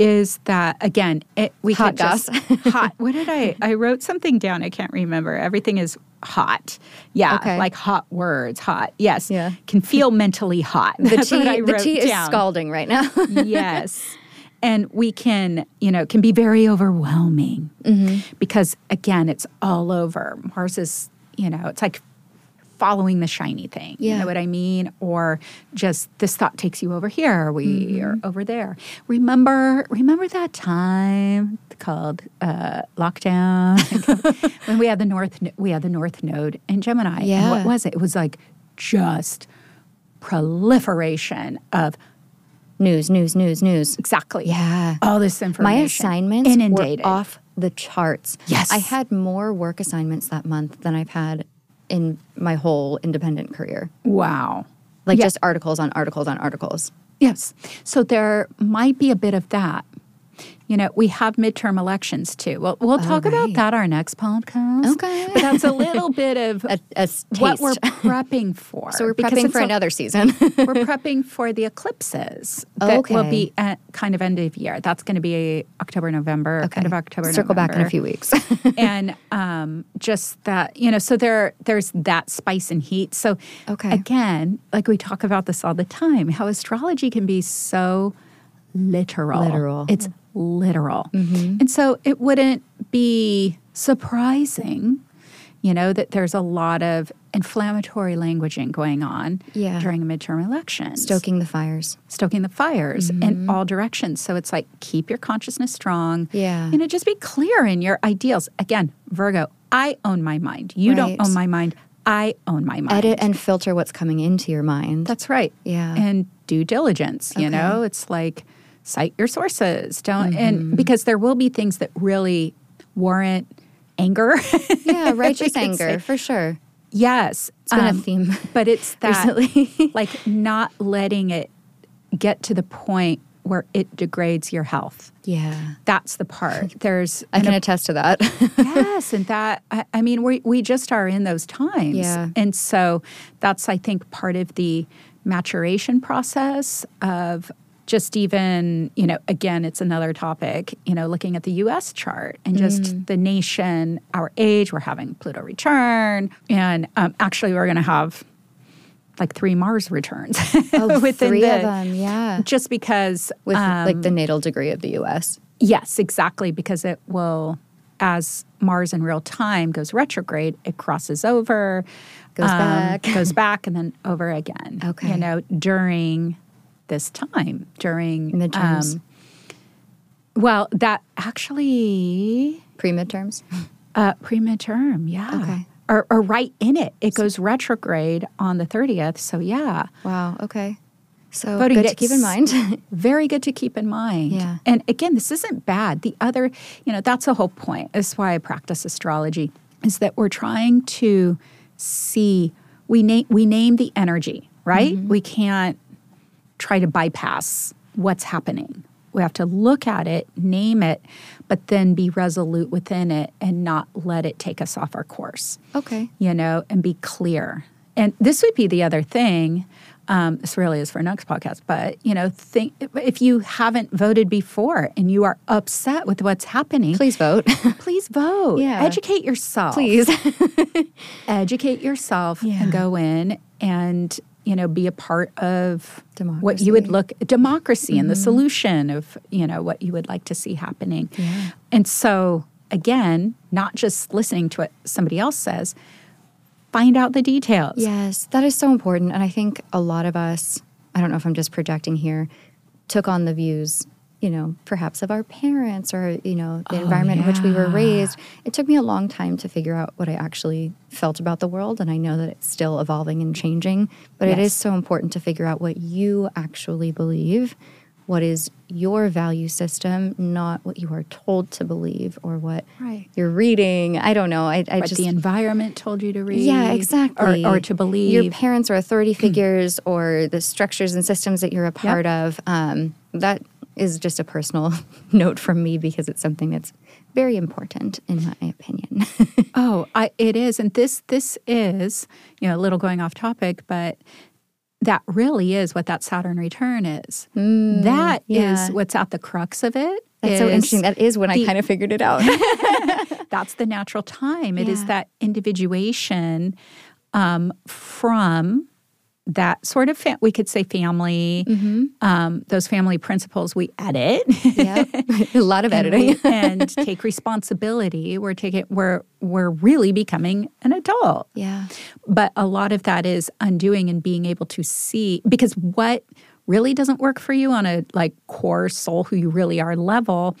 [SPEAKER 3] is that again it, we
[SPEAKER 1] Hot
[SPEAKER 3] could just hot what did i i wrote something down i can't remember everything is hot yeah
[SPEAKER 1] Okay.
[SPEAKER 3] like hot words hot yes
[SPEAKER 1] Yeah.
[SPEAKER 3] can feel mentally hot
[SPEAKER 1] The
[SPEAKER 3] That's
[SPEAKER 1] tea,
[SPEAKER 3] what I
[SPEAKER 1] the
[SPEAKER 3] wrote
[SPEAKER 1] tea is
[SPEAKER 3] down.
[SPEAKER 1] scalding right now.
[SPEAKER 3] yes and we can you know it can be very overwhelming
[SPEAKER 1] Mm-hmm.
[SPEAKER 3] because again it's all over mars is you know it's like following the shiny thing you
[SPEAKER 1] Yeah.
[SPEAKER 3] know what i mean or just this thought takes you over here we
[SPEAKER 1] Mm-hmm.
[SPEAKER 3] are over there remember remember that time called uh, lockdown when we had the north no- we had the north node in gemini and
[SPEAKER 1] Yeah.
[SPEAKER 3] what was it it was like just proliferation of
[SPEAKER 1] news, news, news, news.
[SPEAKER 3] Exactly.
[SPEAKER 1] Yeah.
[SPEAKER 3] All this information.
[SPEAKER 1] My assignments
[SPEAKER 3] inundated.
[SPEAKER 1] were off the charts.
[SPEAKER 3] Yes.
[SPEAKER 1] I had more work assignments that month than I've had in my whole independent career.
[SPEAKER 3] Wow.
[SPEAKER 1] Like
[SPEAKER 3] Yeah.
[SPEAKER 1] just articles on articles on articles.
[SPEAKER 3] Yes. So there might be a bit of that. You know, we have midterm elections too. Well, we'll talk about
[SPEAKER 1] right.
[SPEAKER 3] that our next podcast.
[SPEAKER 1] Okay.
[SPEAKER 3] But that's a little bit of
[SPEAKER 1] A, a s-
[SPEAKER 3] what we're
[SPEAKER 1] taste.
[SPEAKER 3] prepping for.
[SPEAKER 1] so we're
[SPEAKER 3] because
[SPEAKER 1] prepping
[SPEAKER 3] it's
[SPEAKER 1] for
[SPEAKER 3] a-
[SPEAKER 1] another season.
[SPEAKER 3] we're prepping for the eclipses that will
[SPEAKER 1] Okay.
[SPEAKER 3] be at kind of end of year. That's going to be October, November, kind of October.
[SPEAKER 1] Circle back in a
[SPEAKER 3] November.
[SPEAKER 1] few weeks.
[SPEAKER 3] and um, just that you know so there there's that spice and heat so
[SPEAKER 1] Okay.
[SPEAKER 3] again like we talk about this all the time how astrology can be so literal
[SPEAKER 1] Literal. Mm-hmm.
[SPEAKER 3] it's literal and so it wouldn't be surprising you know that there's a lot of inflammatory languaging going on
[SPEAKER 1] Yeah.
[SPEAKER 3] during midterm elections
[SPEAKER 1] Stoking Mm-hmm. the fires.
[SPEAKER 3] stoking the fires in all directions. So it's like keep your consciousness strong.
[SPEAKER 1] Yeah.
[SPEAKER 3] You know, just be clear in your ideals. Again, Virgo, I own my mind. You
[SPEAKER 1] Right.
[SPEAKER 3] don't own my mind. I own my mind.
[SPEAKER 1] Edit and filter what's coming into your mind.
[SPEAKER 3] That's right.
[SPEAKER 1] Yeah.
[SPEAKER 3] And due diligence, you know, it's like cite your sources. Don't
[SPEAKER 1] Mm-hmm.
[SPEAKER 3] and because there will be things that really warrant anger.
[SPEAKER 1] yeah, righteous
[SPEAKER 3] could
[SPEAKER 1] anger
[SPEAKER 3] say.
[SPEAKER 1] for sure.
[SPEAKER 3] yes. Um,
[SPEAKER 1] It's been a theme
[SPEAKER 3] But it's that
[SPEAKER 1] recently.
[SPEAKER 3] like not letting it get to the point where it degrades your health.
[SPEAKER 1] Yeah.
[SPEAKER 3] That's the part. There's
[SPEAKER 1] I can attest to that.
[SPEAKER 3] yes, and that I, I mean we we just are in those times,
[SPEAKER 1] Yeah.
[SPEAKER 3] and so that's I think part of the maturation process of just even you know again it's another topic you know looking at the U.S. chart and just
[SPEAKER 1] Mm.
[SPEAKER 3] the nation, our age. We're having Pluto return, and um, actually we're going to have like three Mars returns
[SPEAKER 1] Oh,
[SPEAKER 3] within
[SPEAKER 1] three
[SPEAKER 3] the
[SPEAKER 1] of them, yeah.
[SPEAKER 3] just because
[SPEAKER 1] With
[SPEAKER 3] um,
[SPEAKER 1] like the natal degree of the US.
[SPEAKER 3] Yes, exactly, because it will, as Mars in real time goes retrograde, it crosses over, um,
[SPEAKER 1] Goes back.
[SPEAKER 3] goes back, and then over again.
[SPEAKER 1] Okay.
[SPEAKER 3] you know during this time during um,
[SPEAKER 1] Midterms.
[SPEAKER 3] well, that actually
[SPEAKER 1] Pre midterms.
[SPEAKER 3] uh, pre midterm, yeah.
[SPEAKER 1] Okay.
[SPEAKER 3] Or, or right in it, it goes retrograde on the thirtieth. So yeah,
[SPEAKER 1] Wow. Okay. So
[SPEAKER 3] Voting
[SPEAKER 1] good to keep in mind.
[SPEAKER 3] gets- very good to keep in mind.
[SPEAKER 1] Yeah.
[SPEAKER 3] And again, this isn't bad. The other, you know, that's the whole point. That's why I practice astrology, is that we're trying to see, we name we name the
[SPEAKER 1] Mm-hmm.
[SPEAKER 3] energy, right? We can't try to bypass what's happening. We have to look at it, name it, but then be resolute within it and not let it take us off our course,
[SPEAKER 1] Okay.
[SPEAKER 3] you know, and be clear. And this would be the other thing. Um, this really is for next podcast, but you know, think if you haven't voted before and you are upset with what's happening,
[SPEAKER 1] Please vote.
[SPEAKER 3] please vote.
[SPEAKER 1] Yeah.
[SPEAKER 3] Educate yourself
[SPEAKER 1] Please.
[SPEAKER 3] educate yourself
[SPEAKER 1] Yeah.
[SPEAKER 3] and go in and you know be a part of what you would
[SPEAKER 1] Democracy. Mm-hmm.
[SPEAKER 3] look democracy and the solution of you know what you would like to see happening and so again not just listening to what somebody else says find out the details
[SPEAKER 1] Yes, that is so important. And I think a lot of us, I don't know if I'm just projecting here, took on the views, you know, perhaps of our parents or, you know,
[SPEAKER 3] Oh,
[SPEAKER 1] the environment in which we were raised. It took me a long time to figure out what I actually felt about the world. And I know that it's still evolving and changing, but it is so important to figure out what you actually believe. What is your value system, not what you are told to believe or what
[SPEAKER 3] Right.
[SPEAKER 1] you're reading? I don't know. I, I
[SPEAKER 3] what
[SPEAKER 1] just
[SPEAKER 3] the environment told you to read
[SPEAKER 1] yeah,
[SPEAKER 3] or-
[SPEAKER 1] exactly.
[SPEAKER 3] or, to believe
[SPEAKER 1] Your parents or authority figures or the structures and systems that you're a part of. Um, that is just a personal note from me because it's something that's very important, in my opinion.
[SPEAKER 3] Oh, I, it is, and this this is you know a little going off topic, but that really is what that Saturn return is. That is
[SPEAKER 1] Hmm, yeah.
[SPEAKER 3] what's at the crux of it.
[SPEAKER 1] That's so
[SPEAKER 3] is
[SPEAKER 1] interesting. That is when I
[SPEAKER 3] the-
[SPEAKER 1] kind of figured it out.
[SPEAKER 3] That's the natural time. It is
[SPEAKER 1] Yeah.
[SPEAKER 3] that individuation um, from that sort of fam- we could say family,
[SPEAKER 1] Mm-hmm.
[SPEAKER 3] um, those family principles we edit.
[SPEAKER 1] yep. a lot of editing.
[SPEAKER 3] and, we- and take responsibility. We're taking we're we're really becoming an adult.
[SPEAKER 1] yeah.
[SPEAKER 3] But a lot of that is undoing and being able to see because what really doesn't work for you on a like core soul who you really are level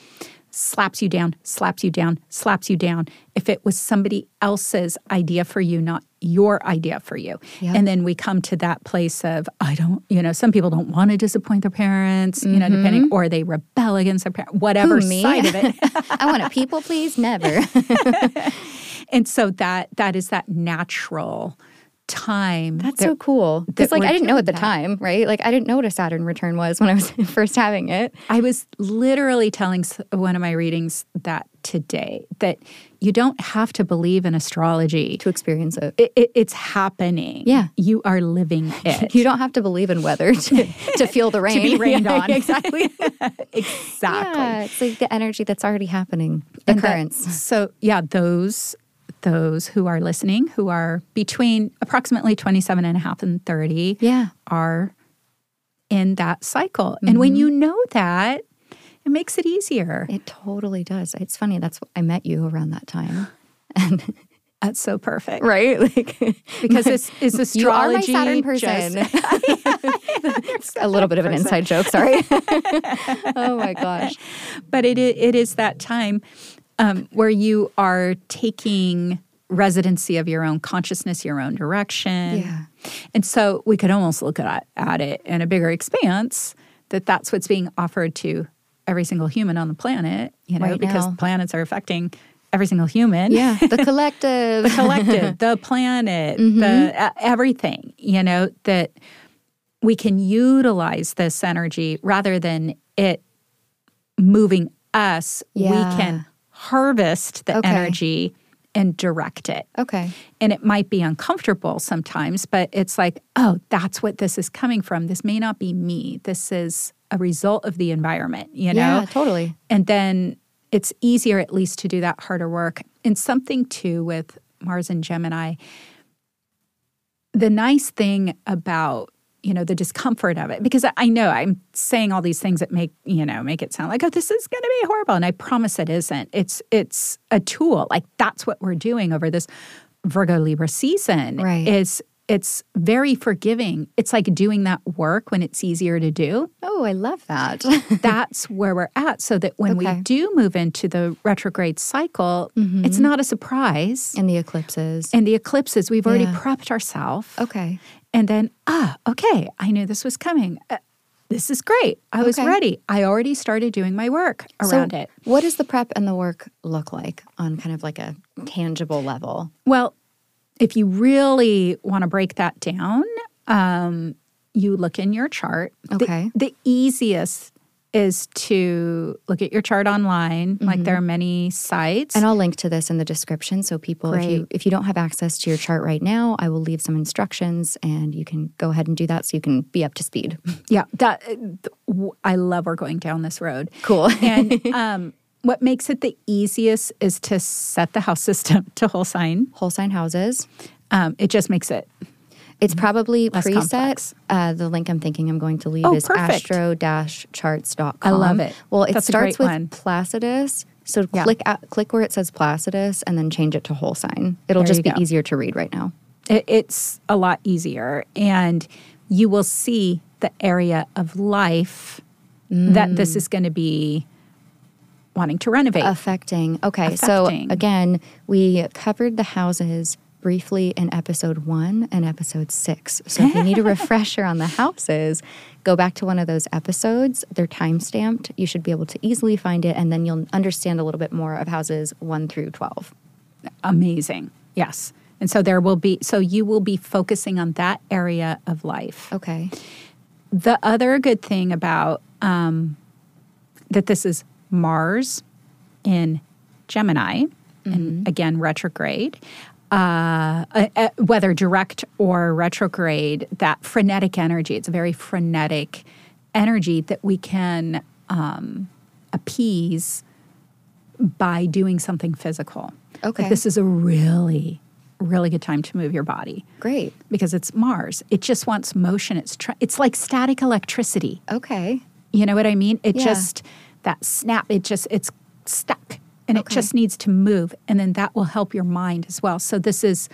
[SPEAKER 3] slaps you down, slaps you down, slaps you down. If it was somebody else's idea for you, not your idea for you.
[SPEAKER 1] Yep.
[SPEAKER 3] And then we come to that place of, I don't, you know, some people don't want to disappoint their parents, you know, depending, or they rebel against their parents, whatever
[SPEAKER 1] Mm-hmm. me?
[SPEAKER 3] side of it.
[SPEAKER 1] I want to people please never.
[SPEAKER 3] and so that that is that natural time.
[SPEAKER 1] That's
[SPEAKER 3] that
[SPEAKER 1] so cool.
[SPEAKER 3] that
[SPEAKER 1] Because like
[SPEAKER 3] we're
[SPEAKER 1] I didn't know
[SPEAKER 3] doing
[SPEAKER 1] at the
[SPEAKER 3] that.
[SPEAKER 1] time, right? Like I didn't know what a Saturn return was when I was first having it.
[SPEAKER 3] I was literally telling s- one of my readings that today that you don't have to believe in astrology.
[SPEAKER 1] To experience it.
[SPEAKER 3] It, it, it's happening.
[SPEAKER 1] Yeah.
[SPEAKER 3] You are living it.
[SPEAKER 1] You don't have to believe in weather to, to feel the rain.
[SPEAKER 3] to be rained
[SPEAKER 1] Yeah,
[SPEAKER 3] on.
[SPEAKER 1] exactly.
[SPEAKER 3] exactly.
[SPEAKER 1] Yeah, it's like the energy that's already happening, the
[SPEAKER 3] And that-
[SPEAKER 1] currents.
[SPEAKER 3] so yeah, those those who are listening who are between approximately 27 and a half and 30
[SPEAKER 1] yeah.
[SPEAKER 3] are in that cycle. And when you know that, it makes it easier.
[SPEAKER 1] It totally does. It's funny. That's I met you around that time,
[SPEAKER 3] That's so perfect.
[SPEAKER 1] right? Like
[SPEAKER 3] Because this is astrology.
[SPEAKER 1] you are my Saturn
[SPEAKER 3] just-
[SPEAKER 1] person. It's a little bit of an inside joke. Sorry. oh my gosh.
[SPEAKER 3] but it i- it is that time um, where you are taking residency of your own consciousness, your own direction.
[SPEAKER 1] Yeah.
[SPEAKER 3] And so we could almost look at, at it in a bigger expanse that that's what's being offered to every single human on the planet, you know,
[SPEAKER 1] Right
[SPEAKER 3] because
[SPEAKER 1] now.
[SPEAKER 3] planets are affecting every single human.
[SPEAKER 1] Yeah, the collective.
[SPEAKER 3] the collective, the planet,
[SPEAKER 1] Mm-hmm.
[SPEAKER 3] the e- everything, you know, that we can utilize this energy rather than it moving us,
[SPEAKER 1] Yeah.
[SPEAKER 3] we can harvest the
[SPEAKER 1] Okay.
[SPEAKER 3] energy and direct it.
[SPEAKER 1] Okay.
[SPEAKER 3] And it might be uncomfortable sometimes, but it's like, oh, that's what this is coming from. This may not be me. This is a result of the environment, you know?
[SPEAKER 1] Yeah, totally.
[SPEAKER 3] And then it's easier, at least, to do that harder work. And something too with Mars and Gemini, the nice thing about you know the discomfort of it because I- i know i'm saying all these things that make you know make it sound like oh this is going to be horrible and i promise it isn't it's it's a tool like that's what we're doing over this virgo libra season
[SPEAKER 1] Right.
[SPEAKER 3] is it's very forgiving it's like doing that work when it's easier to do
[SPEAKER 1] Oh, I love that.
[SPEAKER 3] that's where we're at so that when
[SPEAKER 1] Okay. Mm-hmm.
[SPEAKER 3] we do move into the retrograde cycle it's not a surprise
[SPEAKER 1] and the eclipses.
[SPEAKER 3] and the eclipses we've already
[SPEAKER 1] Yeah.
[SPEAKER 3] prepped ourselves
[SPEAKER 1] Okay.
[SPEAKER 3] and then ah okay i knew this was coming Uh, this is great i was
[SPEAKER 1] Okay.
[SPEAKER 3] ready i already started doing my work around
[SPEAKER 1] so
[SPEAKER 3] it
[SPEAKER 1] What does the prep and the work look like on kind of like a tangible level?
[SPEAKER 3] well if you really want to break that down um, you look in your chart The-
[SPEAKER 1] Okay.
[SPEAKER 3] the easiest is to look at your chart online. Like
[SPEAKER 1] Mm-hmm.
[SPEAKER 3] there are many sites.
[SPEAKER 1] And I'll link to this in the description so people if you
[SPEAKER 3] Great.
[SPEAKER 1] if you don't have access to your chart right now, I will leave some instructions and you can go ahead and do that so you can be up to speed.
[SPEAKER 3] yeah, that uh, th- w- I love we're going down this road.
[SPEAKER 1] Cool.
[SPEAKER 3] and um, what makes it the easiest is to set the house system to whole sign.
[SPEAKER 1] Whole sign houses.
[SPEAKER 3] Um, it just makes it
[SPEAKER 1] It's probably preset.
[SPEAKER 3] complex.
[SPEAKER 1] Uh, the link I'm thinking I'm going to leave
[SPEAKER 3] Oh,
[SPEAKER 1] is
[SPEAKER 3] perfect.
[SPEAKER 1] astro-charts.com.
[SPEAKER 3] I love it.
[SPEAKER 1] Well, it
[SPEAKER 3] That's a
[SPEAKER 1] starts
[SPEAKER 3] great
[SPEAKER 1] with
[SPEAKER 3] one.
[SPEAKER 1] Placidus. So
[SPEAKER 3] Yeah.
[SPEAKER 1] click out, click where it says Placidus and then change it to whole sign. It'll
[SPEAKER 3] There
[SPEAKER 1] just
[SPEAKER 3] you
[SPEAKER 1] be
[SPEAKER 3] go.
[SPEAKER 1] easier to read right now.
[SPEAKER 3] it, it's a lot easier and you will see the area of life that this is going to be wanting to renovate
[SPEAKER 1] Affecting. Okay. So
[SPEAKER 3] Affecting.
[SPEAKER 1] again, we covered the houses briefly in episode one and episode six. So if you need a refresher on the houses, go back to one of those episodes. They're time stamped. You should be able to easily find it, and then you'll understand a little bit more of houses one through 12.
[SPEAKER 3] amazing yes and so there will be so you will be focusing on that area of life
[SPEAKER 1] Okay.
[SPEAKER 3] the other good thing about um, that this is Mars in Gemini,
[SPEAKER 1] Mm-hmm.
[SPEAKER 3] and again retrograde. Uh, uh, uh, whether direct or retrograde, that frenetic energy, it's a very frenetic energy that we can um, appease by doing something physical. Like,
[SPEAKER 1] Okay.
[SPEAKER 3] this is a really, really good time to move your body
[SPEAKER 1] Great.
[SPEAKER 3] because it's Mars. It just wants motion. It's tr- it's like static electricity.
[SPEAKER 1] Okay.
[SPEAKER 3] You know what I mean? It
[SPEAKER 1] Yeah.
[SPEAKER 3] just that snap. It just it's stuck, and
[SPEAKER 1] Okay.
[SPEAKER 3] it just needs to move, and then that will help your mind as well. So this is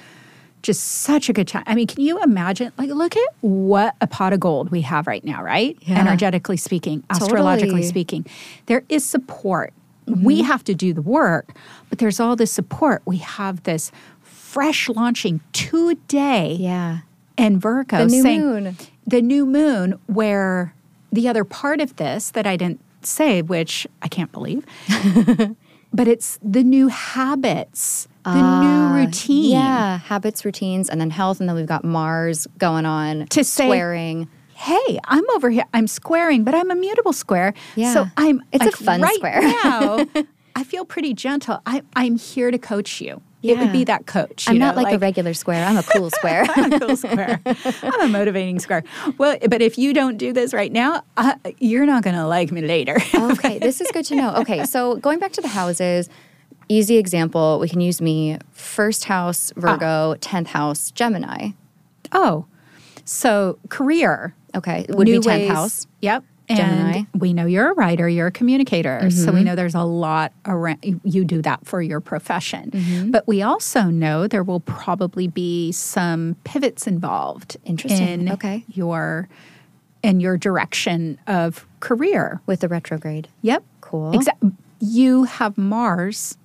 [SPEAKER 3] just such a good time. I mean, can you imagine? Like, look at what a pot of gold we have right now, right?
[SPEAKER 1] Yeah.
[SPEAKER 3] Energetically speaking, astrologically
[SPEAKER 1] Totally. Mm-hmm.
[SPEAKER 3] speaking, there is support. We have to do the work, but there's all this support. We have this fresh launching today
[SPEAKER 1] Yeah.
[SPEAKER 3] and Virgo
[SPEAKER 1] The new
[SPEAKER 3] saying
[SPEAKER 1] moon.
[SPEAKER 3] the new moon, where the other part of this that I didn't say, which I can't believe, but it's the new habits, the new routine.
[SPEAKER 1] Ah, Uh, Yeah. Habits, routines, and then health. And then we've got Mars going on.
[SPEAKER 3] To say-
[SPEAKER 1] swearing.
[SPEAKER 3] Hey, I'm over here. I'm squaring, but I'm a mutable square.
[SPEAKER 1] Yeah.
[SPEAKER 3] So I'm
[SPEAKER 1] It's a
[SPEAKER 3] like,
[SPEAKER 1] fun
[SPEAKER 3] right
[SPEAKER 1] square.
[SPEAKER 3] now, I feel pretty gentle. I, I'm here to coach you. It
[SPEAKER 1] Yeah.
[SPEAKER 3] would be that coach.
[SPEAKER 1] I'm
[SPEAKER 3] you
[SPEAKER 1] not
[SPEAKER 3] know,
[SPEAKER 1] like, a regular square. I'm a cool square.
[SPEAKER 3] I'm a cool square. I'm a motivating square. Well, but if you don't do this right now, uh, you're not going to like me later.
[SPEAKER 1] okay. This is good to know. Okay. So going back to the houses, easy example. We can use me. First house,
[SPEAKER 3] Ah.
[SPEAKER 1] Virgo. 10th house, Gemini.
[SPEAKER 3] oh, so career
[SPEAKER 1] Okay. Would
[SPEAKER 3] new
[SPEAKER 1] be 10th
[SPEAKER 3] ways-
[SPEAKER 1] house.
[SPEAKER 3] Yep.
[SPEAKER 1] Gemini.
[SPEAKER 3] And we know you're a writer, you're a communicator. So we know there's a lot around, you do that for your profession. But we also know there will probably be some pivots involved
[SPEAKER 1] Interesting.
[SPEAKER 3] in
[SPEAKER 1] Okay.
[SPEAKER 3] your in your direction of career.
[SPEAKER 1] With the retrograde.
[SPEAKER 3] Yep.
[SPEAKER 1] Cool.
[SPEAKER 3] Exa- you have Mars,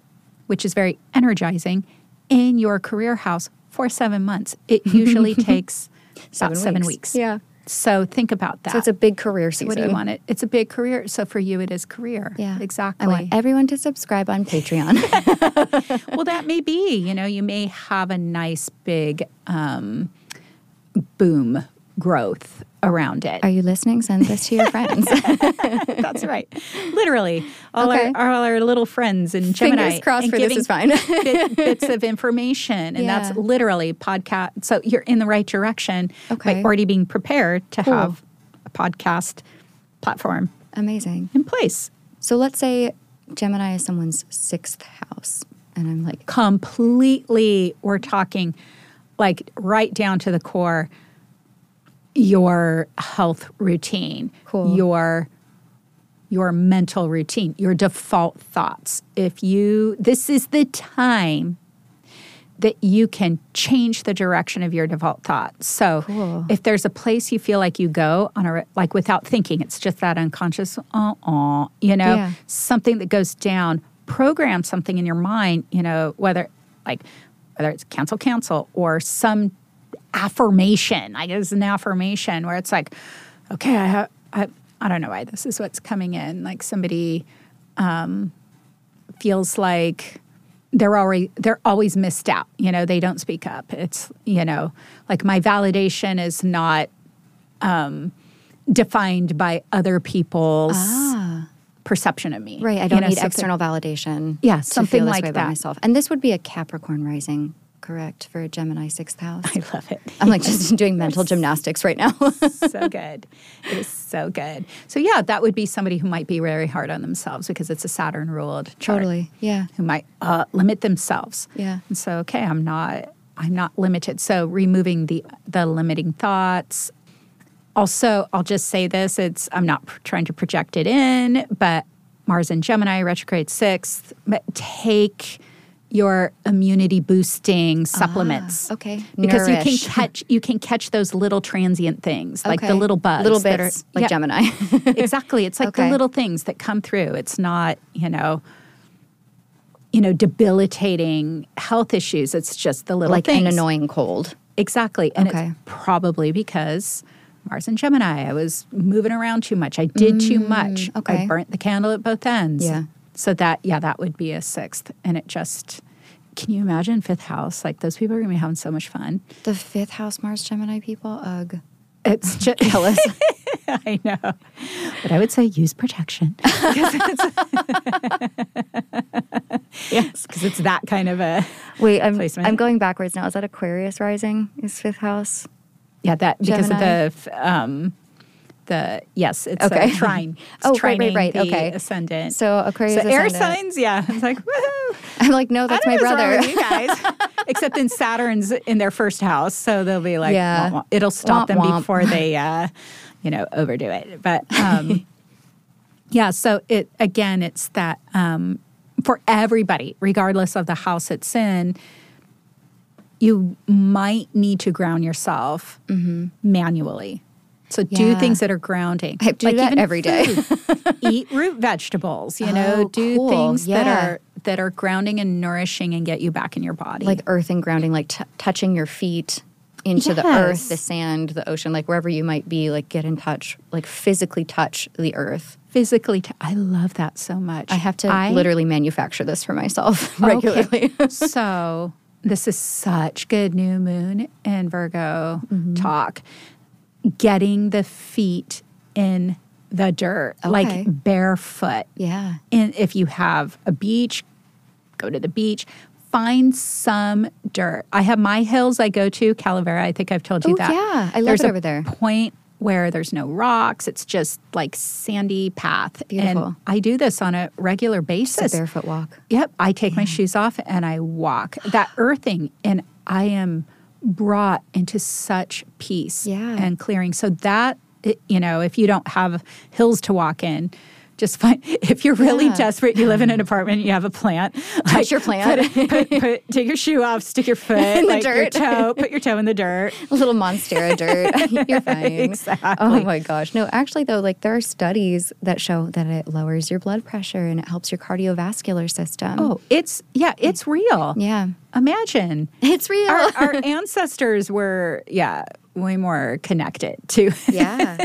[SPEAKER 3] which is very energizing, in your career house for seven months. It usually takes about seven weeks.
[SPEAKER 1] Yeah.
[SPEAKER 3] So think about that.
[SPEAKER 1] So it's a big career season.
[SPEAKER 3] what do you want it? It's a big career. So for you, it is career.
[SPEAKER 1] Yeah.
[SPEAKER 3] exactly.
[SPEAKER 1] I want everyone to subscribe on Patreon.
[SPEAKER 3] well, that may be. You know, you may have a nice big um, boom growth around it.
[SPEAKER 1] Are you listening? Send this to your friends.
[SPEAKER 3] That's right. Literally, all
[SPEAKER 1] Okay.
[SPEAKER 3] our all our little friends in Gemini.
[SPEAKER 1] Fingers crossed
[SPEAKER 3] and
[SPEAKER 1] for this
[SPEAKER 3] giving
[SPEAKER 1] is fine.
[SPEAKER 3] bit, bits of information, and that's
[SPEAKER 1] Yeah.
[SPEAKER 3] literally podcast. So you're in the right direction
[SPEAKER 1] Okay.
[SPEAKER 3] by already being prepared to
[SPEAKER 1] Cool.
[SPEAKER 3] have a podcast platform
[SPEAKER 1] Amazing.
[SPEAKER 3] in place.
[SPEAKER 1] So let's say Gemini is someone's sixth house, and I'm like,
[SPEAKER 3] Completely, we're talking like right down to the core. Your health routine,
[SPEAKER 1] Cool.
[SPEAKER 3] your your mental routine, your default thoughts. If you, this is the time that you can change the direction of your default thoughts. So
[SPEAKER 1] Cool.
[SPEAKER 3] if there's a place you feel like you go on a, re- like without thinking, it's just that unconscious, uh uh, you know,
[SPEAKER 1] Yeah.
[SPEAKER 3] something that goes down, program something in your mind, you know, whether like, whether it's cancel, cancel, or some affirmation. I guess an affirmation where it's like, okay, I have, I, I don't know why this is what's coming in. Like somebody um, feels like they're already they're always missed out. You know, they don't speak up. It's you know, like my validation is not um, defined by other people's perception of me.
[SPEAKER 1] Ah. Right. I don't
[SPEAKER 3] know,
[SPEAKER 1] need
[SPEAKER 3] something-
[SPEAKER 1] external validation.
[SPEAKER 3] Yeah,
[SPEAKER 1] to
[SPEAKER 3] something
[SPEAKER 1] feel this
[SPEAKER 3] like
[SPEAKER 1] way about
[SPEAKER 3] that.
[SPEAKER 1] myself. And this would be a Capricorn rising, correct, for a Gemini sixth house.
[SPEAKER 3] I love it.
[SPEAKER 1] I'm like just doing mental gymnastics right now.
[SPEAKER 3] so good. It is so good. So yeah, that would be somebody who might be very hard on themselves because it's a Saturn ruled chart.
[SPEAKER 1] Totally, yeah.
[SPEAKER 3] Who might uh, limit themselves.
[SPEAKER 1] Yeah.
[SPEAKER 3] And so okay, I'm not I'm not limited. So removing the the limiting thoughts. Also, I'll just say this, it's I'm not pr- trying to project it in, but Mars in Gemini retrograde 6th, but take your immunity boosting supplements.
[SPEAKER 1] Ah, Uh, okay.
[SPEAKER 3] Because you
[SPEAKER 1] Nourish.
[SPEAKER 3] can catch you can catch those little transient things like
[SPEAKER 1] Okay.
[SPEAKER 3] the little bugs,
[SPEAKER 1] Little
[SPEAKER 3] that
[SPEAKER 1] bits,
[SPEAKER 3] are-
[SPEAKER 1] like
[SPEAKER 3] Yeah,
[SPEAKER 1] Gemini.
[SPEAKER 3] exactly. It's like
[SPEAKER 1] Okay.
[SPEAKER 3] the little things that come through. It's not you know, you know, debilitating health issues. It's just the little
[SPEAKER 1] like
[SPEAKER 3] things.
[SPEAKER 1] an annoying cold.
[SPEAKER 3] Exactly, and
[SPEAKER 1] Okay.
[SPEAKER 3] it's probably because. Mars and Gemini. I was moving around too much. I did too much.
[SPEAKER 1] Mm, okay.
[SPEAKER 3] I burnt the candle at both ends.
[SPEAKER 1] Yeah.
[SPEAKER 3] So that yeah, that would be a sixth. And it just can you imagine fifth house? Like those people are gonna be having so much fun.
[SPEAKER 1] The fifth house Mars Gemini people, ugh.
[SPEAKER 3] It's just
[SPEAKER 1] Jealous.
[SPEAKER 3] I know. But I would say use protection. yes, because it's that kind of a
[SPEAKER 1] Wait, I'm
[SPEAKER 3] Placement.
[SPEAKER 1] I'm going backwards now. Is that Aquarius rising? Is fifth house?
[SPEAKER 3] yeah that because
[SPEAKER 1] Gemini.
[SPEAKER 3] of the f- um the yes it's
[SPEAKER 1] Okay.
[SPEAKER 3] a trine. It's
[SPEAKER 1] Oh, right, right,
[SPEAKER 3] trining
[SPEAKER 1] right,
[SPEAKER 3] the
[SPEAKER 1] okay.
[SPEAKER 3] ascendant.
[SPEAKER 1] So Aquarius
[SPEAKER 3] So air
[SPEAKER 1] ascendant.
[SPEAKER 3] signs, yeah. It's like woohoo.
[SPEAKER 1] I'm like, no, Oh, that's my
[SPEAKER 3] I don't know
[SPEAKER 1] brother.
[SPEAKER 3] what's wrong with you guys. Except in Saturn's in their first house, so they'll be like,
[SPEAKER 1] Yeah.
[SPEAKER 3] "Womp womp." it'll stop
[SPEAKER 1] Womp
[SPEAKER 3] them
[SPEAKER 1] womp.
[SPEAKER 3] before they, uh, you know, overdo it. But um, yeah, so it again, it's that um, for everybody, regardless of the house it's in. You might need to ground yourself manually. So do
[SPEAKER 1] Mm-hmm. Yeah.
[SPEAKER 3] things that are grounding.
[SPEAKER 1] I do that
[SPEAKER 3] even
[SPEAKER 1] every day.
[SPEAKER 3] food. Eat root vegetables, you know,
[SPEAKER 1] Oh,
[SPEAKER 3] do
[SPEAKER 1] cool.
[SPEAKER 3] things
[SPEAKER 1] Yeah.
[SPEAKER 3] that are that are grounding and nourishing and get you back in your body.
[SPEAKER 1] like earth and grounding, like t- touching your feet into the earth,
[SPEAKER 3] Yes.
[SPEAKER 1] the sand, the ocean, like wherever you might be, like get in touch, like physically touch the earth.
[SPEAKER 3] physically, t- I love that so much.
[SPEAKER 1] I have to literally manufacture this for myself regularly.
[SPEAKER 3] so this is such good new moon and Virgo
[SPEAKER 1] Mm-hmm.
[SPEAKER 3] talk. Getting the feet in the dirt,
[SPEAKER 1] Okay.
[SPEAKER 3] like barefoot.
[SPEAKER 1] Yeah.
[SPEAKER 3] And if you have a beach, go to the beach. Find some dirt. I have my hills I go to, Calavera. I think I've told you
[SPEAKER 1] Oh,
[SPEAKER 3] that.
[SPEAKER 1] yeah. I love
[SPEAKER 3] There's
[SPEAKER 1] it
[SPEAKER 3] a
[SPEAKER 1] over there.
[SPEAKER 3] Point where there's no rocks. It's just like sandy path.
[SPEAKER 1] Beautiful.
[SPEAKER 3] And I do this on a regular basis.
[SPEAKER 1] It's a barefoot walk.
[SPEAKER 3] Yep. I take my shoes off and I walk that earthing, and I am brought into such peace
[SPEAKER 1] Yeah.
[SPEAKER 3] and clearing. So that it- you know, if you don't have hills to walk in, just find if you're really
[SPEAKER 1] Yeah.
[SPEAKER 3] desperate, you live in an apartment, you have a plant. like,
[SPEAKER 1] your plant.
[SPEAKER 3] Put, it- put, put, take your shoe off, stick your foot in
[SPEAKER 1] the
[SPEAKER 3] like
[SPEAKER 1] dirt.
[SPEAKER 3] Your toe, put your toe in the dirt.
[SPEAKER 1] a little monstera dirt. You're fine.
[SPEAKER 3] Exactly.
[SPEAKER 1] Oh my gosh. No, actually though, like there are studies that show that it lowers your blood pressure and it helps your cardiovascular system.
[SPEAKER 3] Oh, it's yeah, it's real.
[SPEAKER 1] Yeah.
[SPEAKER 3] Imagine.
[SPEAKER 1] It's real.
[SPEAKER 3] our, our ancestors were yeah way more connected to
[SPEAKER 1] yeah.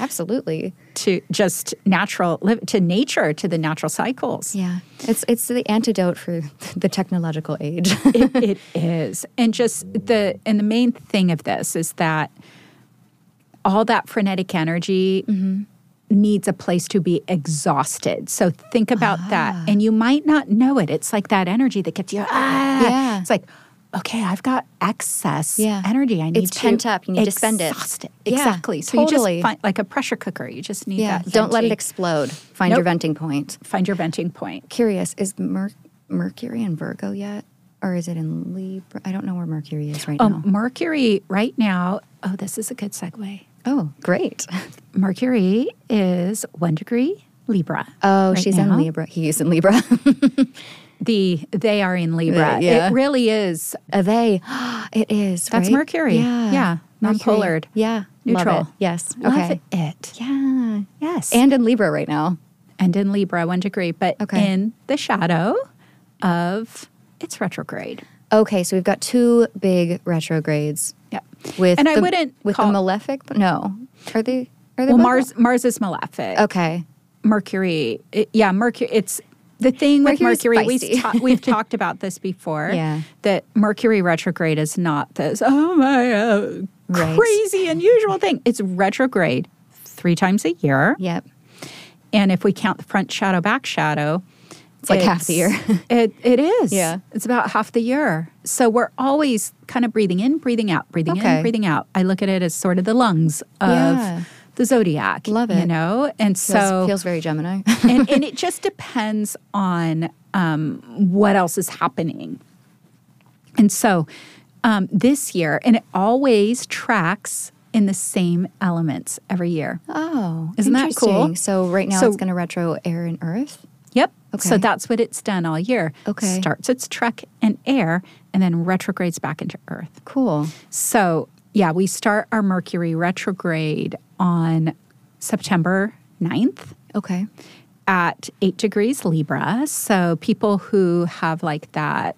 [SPEAKER 1] Absolutely.
[SPEAKER 3] to just natural li- to nature to the natural cycles
[SPEAKER 1] Yeah. It's it's the antidote for the technological age.
[SPEAKER 3] it, it is and just the and the main thing of this is that all that frenetic energy
[SPEAKER 1] Mm-hmm.
[SPEAKER 3] needs a place to be exhausted so think about that
[SPEAKER 1] Ah.
[SPEAKER 3] and you might not know it it's like that energy that gets you ah
[SPEAKER 1] Yeah.
[SPEAKER 3] it's like okay i've got excess
[SPEAKER 1] Yeah.
[SPEAKER 3] energy i need
[SPEAKER 1] It's
[SPEAKER 3] to
[SPEAKER 1] pent up. You need to spend it.
[SPEAKER 3] exhaust
[SPEAKER 1] Yeah,
[SPEAKER 3] exactly so
[SPEAKER 1] totally.
[SPEAKER 3] you just find like a pressure cooker you just need
[SPEAKER 1] yeah.
[SPEAKER 3] that
[SPEAKER 1] Don't let it
[SPEAKER 3] venting-
[SPEAKER 1] explode. Find your
[SPEAKER 3] Nope.
[SPEAKER 1] venting point.
[SPEAKER 3] find your venting point
[SPEAKER 1] Curious, is Mer- Mercury in Virgo yet? Or is it in Libra? I don't know where Mercury is right
[SPEAKER 3] Um,
[SPEAKER 1] now.
[SPEAKER 3] Mercury right now. Oh, this is a good segue.
[SPEAKER 1] Oh, great.
[SPEAKER 3] Mercury is one degree Libra.
[SPEAKER 1] Oh,
[SPEAKER 3] right
[SPEAKER 1] she's in
[SPEAKER 3] now.
[SPEAKER 1] Libra. He's in Libra.
[SPEAKER 3] The they are in Libra.
[SPEAKER 1] They- Uh, yeah.
[SPEAKER 3] It really is.
[SPEAKER 1] A they. it is.
[SPEAKER 3] That's
[SPEAKER 1] right?
[SPEAKER 3] Mercury.
[SPEAKER 1] Yeah.
[SPEAKER 3] Yeah.
[SPEAKER 1] Mercury.
[SPEAKER 3] Nonpolared.
[SPEAKER 1] Yeah. Love
[SPEAKER 3] Neutral.
[SPEAKER 1] it. Yes.
[SPEAKER 3] Love
[SPEAKER 1] okay.
[SPEAKER 3] it.
[SPEAKER 1] Yeah.
[SPEAKER 3] Yes.
[SPEAKER 1] And in Libra right now.
[SPEAKER 3] and in Libra one degree, but
[SPEAKER 1] Okay.
[SPEAKER 3] in the shadow of its retrograde.
[SPEAKER 1] Okay, so we've got two big retrogrades
[SPEAKER 3] Yep.
[SPEAKER 1] with
[SPEAKER 3] And I
[SPEAKER 1] the-
[SPEAKER 3] wouldn't
[SPEAKER 1] with
[SPEAKER 3] call-
[SPEAKER 1] the malefic. No, are they? Are they?
[SPEAKER 3] Well,
[SPEAKER 1] both-
[SPEAKER 3] Mars Mars is malefic.
[SPEAKER 1] Okay.
[SPEAKER 3] Mercury. it- yeah, Mercury. It's the thing with
[SPEAKER 1] Mercury's
[SPEAKER 3] Mercury. We've,
[SPEAKER 1] feisty.
[SPEAKER 3] ta- we've talked about this before.
[SPEAKER 1] Yeah.
[SPEAKER 3] That Mercury retrograde is not this. Oh my, uh,
[SPEAKER 1] Right.
[SPEAKER 3] crazy unusual thing. It's retrograde three times a year,
[SPEAKER 1] Yep.
[SPEAKER 3] And if we count the front shadow, back shadow,
[SPEAKER 2] It's like half the year.
[SPEAKER 3] it, it is.
[SPEAKER 2] Yeah.
[SPEAKER 3] It's about half the year. So we're always kind of breathing in, breathing out, breathing
[SPEAKER 2] Okay.
[SPEAKER 3] in, breathing out. I look at it as sort of the lungs of
[SPEAKER 2] Yeah.
[SPEAKER 3] the zodiac.
[SPEAKER 2] Love
[SPEAKER 3] You
[SPEAKER 2] it.
[SPEAKER 3] know? And
[SPEAKER 2] Feels-
[SPEAKER 3] so
[SPEAKER 2] feels very Gemini.
[SPEAKER 3] and, and it just depends on um, what else is happening. And so um, this year, and it always tracks in the same elements every year.
[SPEAKER 2] oh,
[SPEAKER 3] Isn't that cool?
[SPEAKER 2] interesting. So right now
[SPEAKER 3] So-
[SPEAKER 2] it's going to retro air and earth.
[SPEAKER 3] Yep. So
[SPEAKER 2] Okay.
[SPEAKER 3] that's what it's done all year.
[SPEAKER 2] Okay.
[SPEAKER 3] Starts its trek in air and then retrogrades back into Earth.
[SPEAKER 2] Cool.
[SPEAKER 3] So, yeah, we start our Mercury retrograde on September 9th.
[SPEAKER 2] Okay.
[SPEAKER 3] at eight degrees Libra. So people who have like that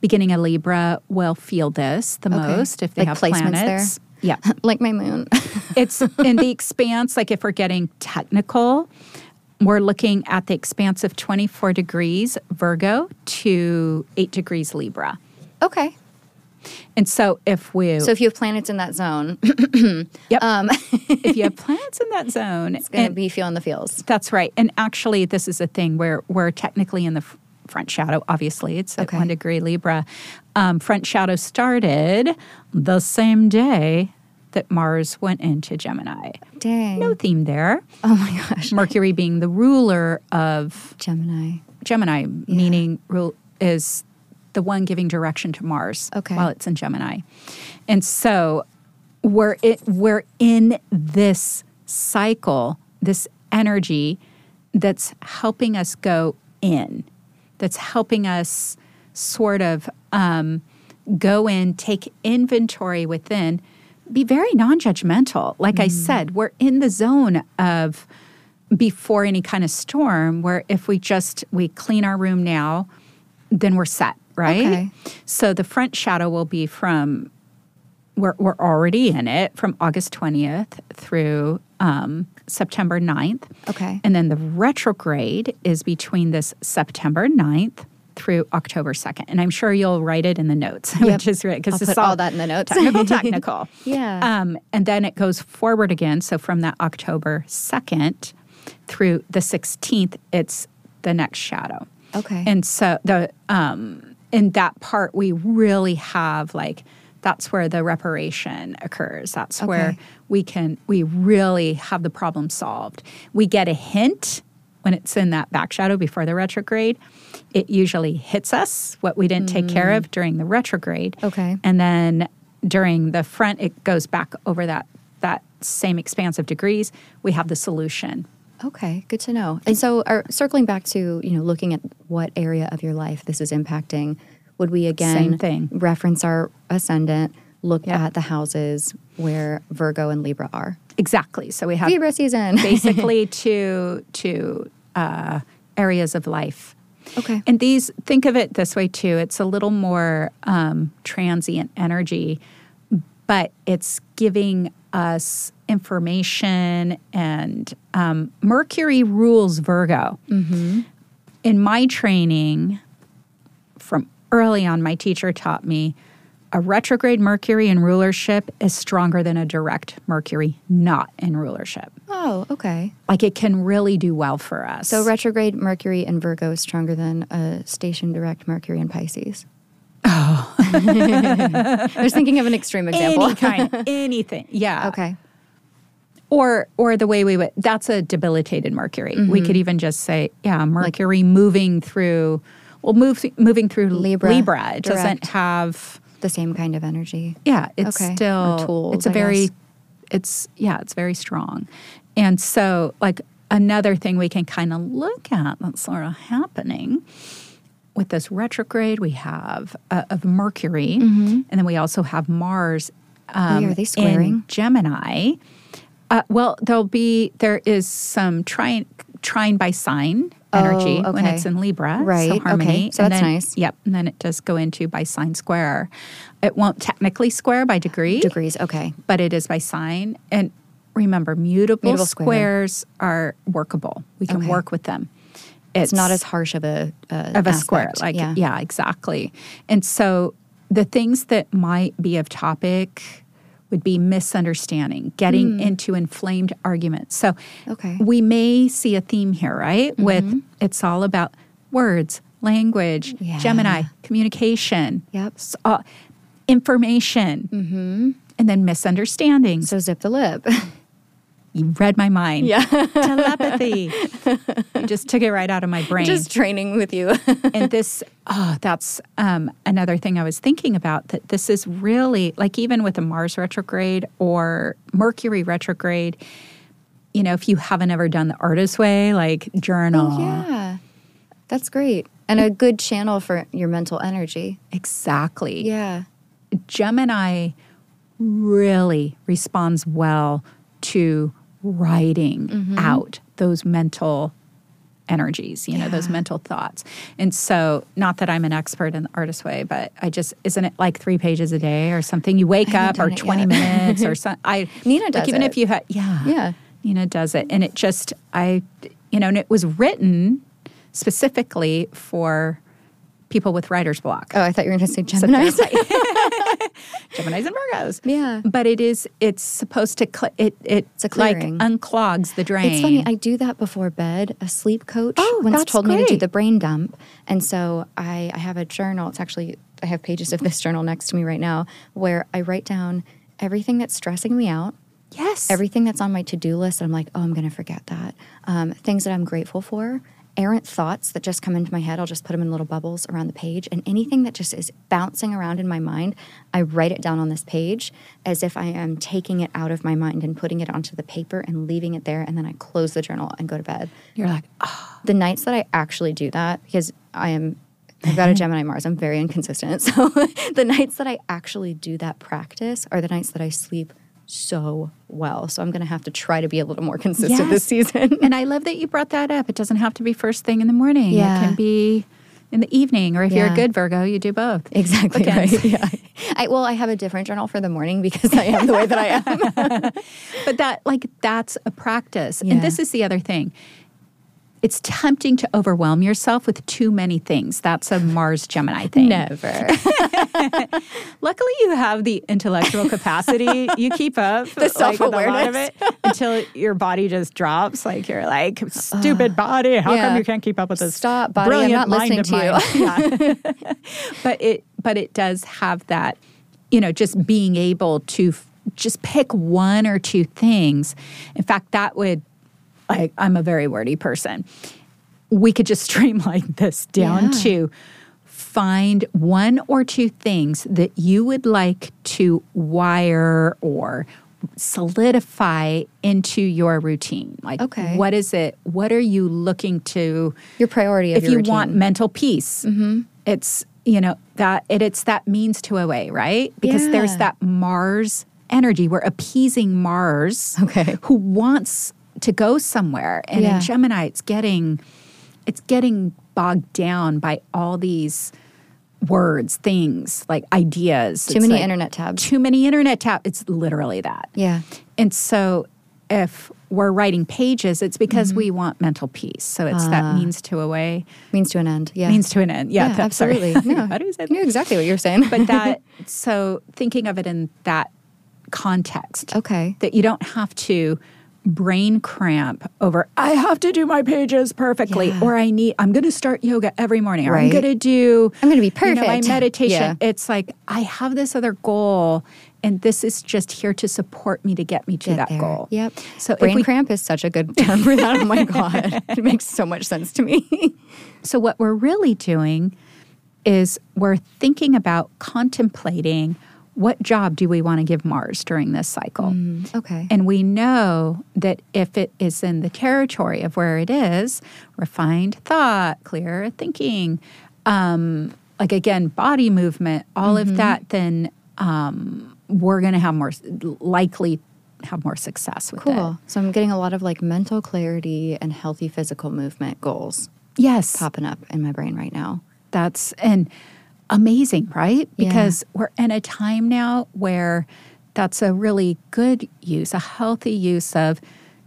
[SPEAKER 3] beginning of Libra will feel this the most if they
[SPEAKER 2] Like
[SPEAKER 3] have
[SPEAKER 2] placements there?
[SPEAKER 3] planets. Yeah.
[SPEAKER 2] like my moon.
[SPEAKER 3] It's in the expanse, like if we're getting technical, we're looking at the expanse of 24 degrees Virgo to 8 degrees Libra.
[SPEAKER 2] okay.
[SPEAKER 3] And so if we
[SPEAKER 2] So if you have planets in that zone,
[SPEAKER 3] yep, if you have planets in that zone,
[SPEAKER 2] it's going to
[SPEAKER 3] and-
[SPEAKER 2] be feeling the feels.
[SPEAKER 3] That's right. And actually, this is a thing where we're technically in the f- front shadow. Obviously, it's at
[SPEAKER 2] Okay.
[SPEAKER 3] one degree Libra. Um, front shadow started the same day that Mars went into Gemini.
[SPEAKER 2] Dang.
[SPEAKER 3] No theme there.
[SPEAKER 2] Oh my gosh.
[SPEAKER 3] Mercury being the ruler of
[SPEAKER 2] Gemini.
[SPEAKER 3] Gemini, meaning rule is the one giving direction to Mars
[SPEAKER 2] Okay.
[SPEAKER 3] while it's in Gemini. And so we're it, we're in this cycle, this energy that's helping us go in, that's helping us sort of um, go in, take inventory within, be very non-judgmental. Like I said, we're in the zone of before any kind of storm where if we just we clean our room now then we're set right
[SPEAKER 2] Okay.
[SPEAKER 3] so the front shadow will be from we're, we're already in it from august 20th through um, september 9th
[SPEAKER 2] Okay.
[SPEAKER 3] and then the retrograde is between this september 9th through october 2nd and i'm sure you'll write it in the notes which is great
[SPEAKER 2] I'll
[SPEAKER 3] because
[SPEAKER 2] put all that in the notes.
[SPEAKER 3] technical technical
[SPEAKER 2] Yeah.
[SPEAKER 3] um, and then it goes forward again. So from that October 2nd through the 16th, it's the next shadow.
[SPEAKER 2] Okay.
[SPEAKER 3] And so the um, in that part, we really have like that's where the reparation occurs. That's where
[SPEAKER 2] Okay.
[SPEAKER 3] we can we really have the problem solved. We get a hint when it's in that back shadow before the retrograde. It usually hits us what we didn't take care of during the retrograde.
[SPEAKER 2] Mm. Okay.
[SPEAKER 3] And then during the front, it goes back over that that same expanse of degrees. We have the solution.
[SPEAKER 2] Okay, good to know. And so, are, circling back to you know looking at what area of your life this is impacting, would we again
[SPEAKER 3] Same thing.
[SPEAKER 2] reference our ascendant, look
[SPEAKER 3] Yeah.
[SPEAKER 2] at the houses where Virgo and Libra are?
[SPEAKER 3] Exactly. So we have
[SPEAKER 2] Libra season.
[SPEAKER 3] basically to to uh, areas of life.
[SPEAKER 2] okay.
[SPEAKER 3] And these, think of it this way too. It's a little more um, transient energy, but it's giving us information. And um, Mercury rules Virgo. In my training, from early on, my teacher taught me a retrograde Mercury in rulership is stronger than a direct Mercury not in rulership.
[SPEAKER 2] oh, okay.
[SPEAKER 3] Like it can really do well for us.
[SPEAKER 2] So retrograde Mercury and Virgo is stronger than a station direct Mercury and Pisces. Oh, I was thinking of an extreme example.
[SPEAKER 3] any kind, anything. Yeah.
[SPEAKER 2] Okay.
[SPEAKER 3] or or the way we would that's a debilitated mercury we could even just say yeah mercury moving through well move, moving through
[SPEAKER 2] Libra,
[SPEAKER 3] libra libra it
[SPEAKER 2] direct.
[SPEAKER 3] doesn't have
[SPEAKER 2] The same kind of energy.
[SPEAKER 3] yeah it's
[SPEAKER 2] Okay. Or
[SPEAKER 3] still
[SPEAKER 2] tools,
[SPEAKER 3] it's a
[SPEAKER 2] I
[SPEAKER 3] very
[SPEAKER 2] guess.
[SPEAKER 3] it's yeah it's very strong and so like another thing we can kind of look at that's sort of happening with this retrograde we have uh, of mercury and then we also have mars um,
[SPEAKER 2] Mm-hmm. are they
[SPEAKER 3] in
[SPEAKER 2] squaring?
[SPEAKER 3] gemini uh, well there'll be there is some trine trine by sign energy when
[SPEAKER 2] Oh, okay.
[SPEAKER 3] it's in libra
[SPEAKER 2] Right, okay.
[SPEAKER 3] so harmony
[SPEAKER 2] So
[SPEAKER 3] and
[SPEAKER 2] that's
[SPEAKER 3] then-
[SPEAKER 2] nice.
[SPEAKER 3] yep and then it does go into by sign square it won't technically square by degree
[SPEAKER 2] Degrees. Okay.
[SPEAKER 3] but it is by sign. And remember, mutable,
[SPEAKER 2] Mutable square.
[SPEAKER 3] squares are workable. We can
[SPEAKER 2] Okay.
[SPEAKER 3] work with them.
[SPEAKER 2] It's not as harsh of a,
[SPEAKER 1] uh,
[SPEAKER 2] a
[SPEAKER 3] of a square.
[SPEAKER 2] aspect.
[SPEAKER 3] Like yeah. exactly. And so the things that might be of topic would be misunderstanding, getting into inflamed arguments. So
[SPEAKER 1] Mm. Okay. Mm-hmm.
[SPEAKER 3] we may see a theme here, right? With it's all about words, language,
[SPEAKER 1] Yeah.
[SPEAKER 3] Gemini, communication,
[SPEAKER 1] Yep. Mm-hmm.
[SPEAKER 3] s- uh, information, and then misunderstandings.
[SPEAKER 1] So zip the lip.
[SPEAKER 3] You read my mind. Yeah. Telepathy. you just took it right out of my brain.
[SPEAKER 1] Just training with you.
[SPEAKER 3] and this, oh, that's um, another thing I was thinking about that this is really like even with a Mars retrograde or Mercury retrograde, you know, if you haven't ever done the artist way, like journal.
[SPEAKER 1] Oh, yeah. That's great. And a good channel for your mental energy.
[SPEAKER 3] Exactly.
[SPEAKER 1] Yeah.
[SPEAKER 3] Gemini really responds well to writing
[SPEAKER 1] Mm-hmm.
[SPEAKER 3] out those mental energies, you know, those mental thoughts. And so, not that I'm an expert in the artist way, but I just isn't it like 3 pages a day or something you wake
[SPEAKER 1] haven't
[SPEAKER 3] up or
[SPEAKER 1] done it
[SPEAKER 3] 20
[SPEAKER 1] yet.
[SPEAKER 3] minutes or something. I
[SPEAKER 1] Nina
[SPEAKER 3] like,
[SPEAKER 1] does
[SPEAKER 3] even
[SPEAKER 1] it.
[SPEAKER 3] if you had yeah.
[SPEAKER 1] Yeah.
[SPEAKER 3] Nina does it and it just I you know, and it was written specifically for people with writer's block.
[SPEAKER 1] Oh, I thought you were going to say Gemini.
[SPEAKER 3] Gemini's and Virgos.
[SPEAKER 1] Yeah.
[SPEAKER 3] But it is, it's supposed to, cl- it, it
[SPEAKER 1] It's a
[SPEAKER 3] like
[SPEAKER 1] clearing.
[SPEAKER 3] unclogs the drain.
[SPEAKER 1] It's funny. I do that before bed. A sleep coach
[SPEAKER 3] Oh,
[SPEAKER 1] once
[SPEAKER 3] that's
[SPEAKER 1] told me to do
[SPEAKER 3] great.
[SPEAKER 1] the brain dump, and so I, I have a journal. It's actually I have pages of this journal next to me right now, where I write down everything that's stressing me out,
[SPEAKER 3] yes.
[SPEAKER 1] everything that's on my to do list. that I'm like, oh, I'm going to forget that. Um, things that I'm grateful for, errant thoughts that just come into my head. I'll just put them in little bubbles around the page, and anything that just is bouncing around in my mind, I write it down on this page as if I am taking it out of my mind and putting it onto the paper and leaving it there, and then I close the journal and go to bed
[SPEAKER 3] You're like, oh,
[SPEAKER 1] the nights that I actually do that, because I am, I've got a Gemini Mars, I'm very inconsistent. So the nights that I actually do that practice are the nights that I sleep so well. So I'm going to have to try to be a little more consistent this
[SPEAKER 3] Yes.
[SPEAKER 1] season.
[SPEAKER 3] and I love that you brought that up. It doesn't have to be first thing in the morning.
[SPEAKER 1] Yeah.
[SPEAKER 3] It can be in the evening, or if you're
[SPEAKER 1] Yeah.
[SPEAKER 3] a good Virgo, you do both.
[SPEAKER 1] Exactly
[SPEAKER 3] Okay.
[SPEAKER 1] right. Yeah. I, well, I have a different journal for the morning because I am the way that I am.
[SPEAKER 3] But that, like, that's a practice.
[SPEAKER 1] Yeah.
[SPEAKER 3] And this is the other thing. It's tempting to overwhelm yourself with too many things. That's a Mars Gemini thing.
[SPEAKER 1] Never.
[SPEAKER 3] Luckily, you have the intellectual capacity. you keep up the
[SPEAKER 1] self-awareness.
[SPEAKER 3] it until your body just drops. Like you're like stupid body. How
[SPEAKER 1] yeah.
[SPEAKER 3] come you can't keep up with this?
[SPEAKER 1] Stop, body, I'm not
[SPEAKER 3] brilliant
[SPEAKER 1] listening
[SPEAKER 3] mind of mine? Yeah. but it but it does have that. You know, just being able to f- just pick one or two things. In fact, that would like I'm a very wordy person. We could just streamline this down
[SPEAKER 1] Yeah.
[SPEAKER 3] to find one or two things that you would like to wire or solidify into your routine. Like
[SPEAKER 1] Okay.
[SPEAKER 3] what is it? What are you looking to
[SPEAKER 1] Your priority of
[SPEAKER 3] if
[SPEAKER 1] your
[SPEAKER 3] you
[SPEAKER 1] routine. Mm-hmm.
[SPEAKER 3] want mental peace? It's you know that it, it's that means to a way, right? Because
[SPEAKER 1] Yeah.
[SPEAKER 3] there's that Mars energy. We're appeasing Mars
[SPEAKER 1] Okay.
[SPEAKER 3] who wants to go somewhere and
[SPEAKER 1] Yeah.
[SPEAKER 3] in gemini it's getting it's getting bogged down by all these words things like ideas
[SPEAKER 1] Too
[SPEAKER 3] It's
[SPEAKER 1] many
[SPEAKER 3] like,
[SPEAKER 1] internet tabs.
[SPEAKER 3] too many internet tab it's literally that
[SPEAKER 1] yeah.
[SPEAKER 3] and so if we're writing pages it's because
[SPEAKER 1] Mm-hmm.
[SPEAKER 3] we want mental peace so it's that means to a way
[SPEAKER 1] Means to an end. Ah. Yeah.
[SPEAKER 3] means to an end yeah, that- sorry.
[SPEAKER 1] absolutely. No,
[SPEAKER 3] How do you say
[SPEAKER 1] I knew exactly what you were saying.
[SPEAKER 3] but that so thinking of it in that context
[SPEAKER 1] Okay.
[SPEAKER 3] that you don't have to brain cramp over i have to do my pages perfectly
[SPEAKER 1] Yeah.
[SPEAKER 3] or i need i'm going to start yoga every morning or
[SPEAKER 1] Right.
[SPEAKER 3] i'm going to do
[SPEAKER 1] I'm gonna be
[SPEAKER 3] you know, my
[SPEAKER 1] perfect."
[SPEAKER 3] meditation
[SPEAKER 1] Yeah.
[SPEAKER 3] it's like i have this other goal and this is just here to support me to get me to
[SPEAKER 1] Get
[SPEAKER 3] that
[SPEAKER 1] there.
[SPEAKER 3] goal
[SPEAKER 1] Yep.
[SPEAKER 3] so if
[SPEAKER 1] brain
[SPEAKER 3] we
[SPEAKER 1] cramp is such a good term for that. Oh my god, it makes so much sense to me.
[SPEAKER 3] So, what we're really doing is we're thinking about contemplating what job do we want to give Mars during this cycle?
[SPEAKER 1] okay.
[SPEAKER 3] And we know that if it is in the territory of where it is, refined thought, clear thinking, um, like again, body movement, all of that, then um, we're going to have more, s- likely have more success with it.
[SPEAKER 1] cool. So I'm getting a lot of like mental clarity and healthy physical movement goals
[SPEAKER 3] Yes.
[SPEAKER 1] popping up in my brain right now.
[SPEAKER 3] That's and amazing, right?
[SPEAKER 1] Yeah.
[SPEAKER 3] Because we're in a time now where that's a really good use, a healthy use of,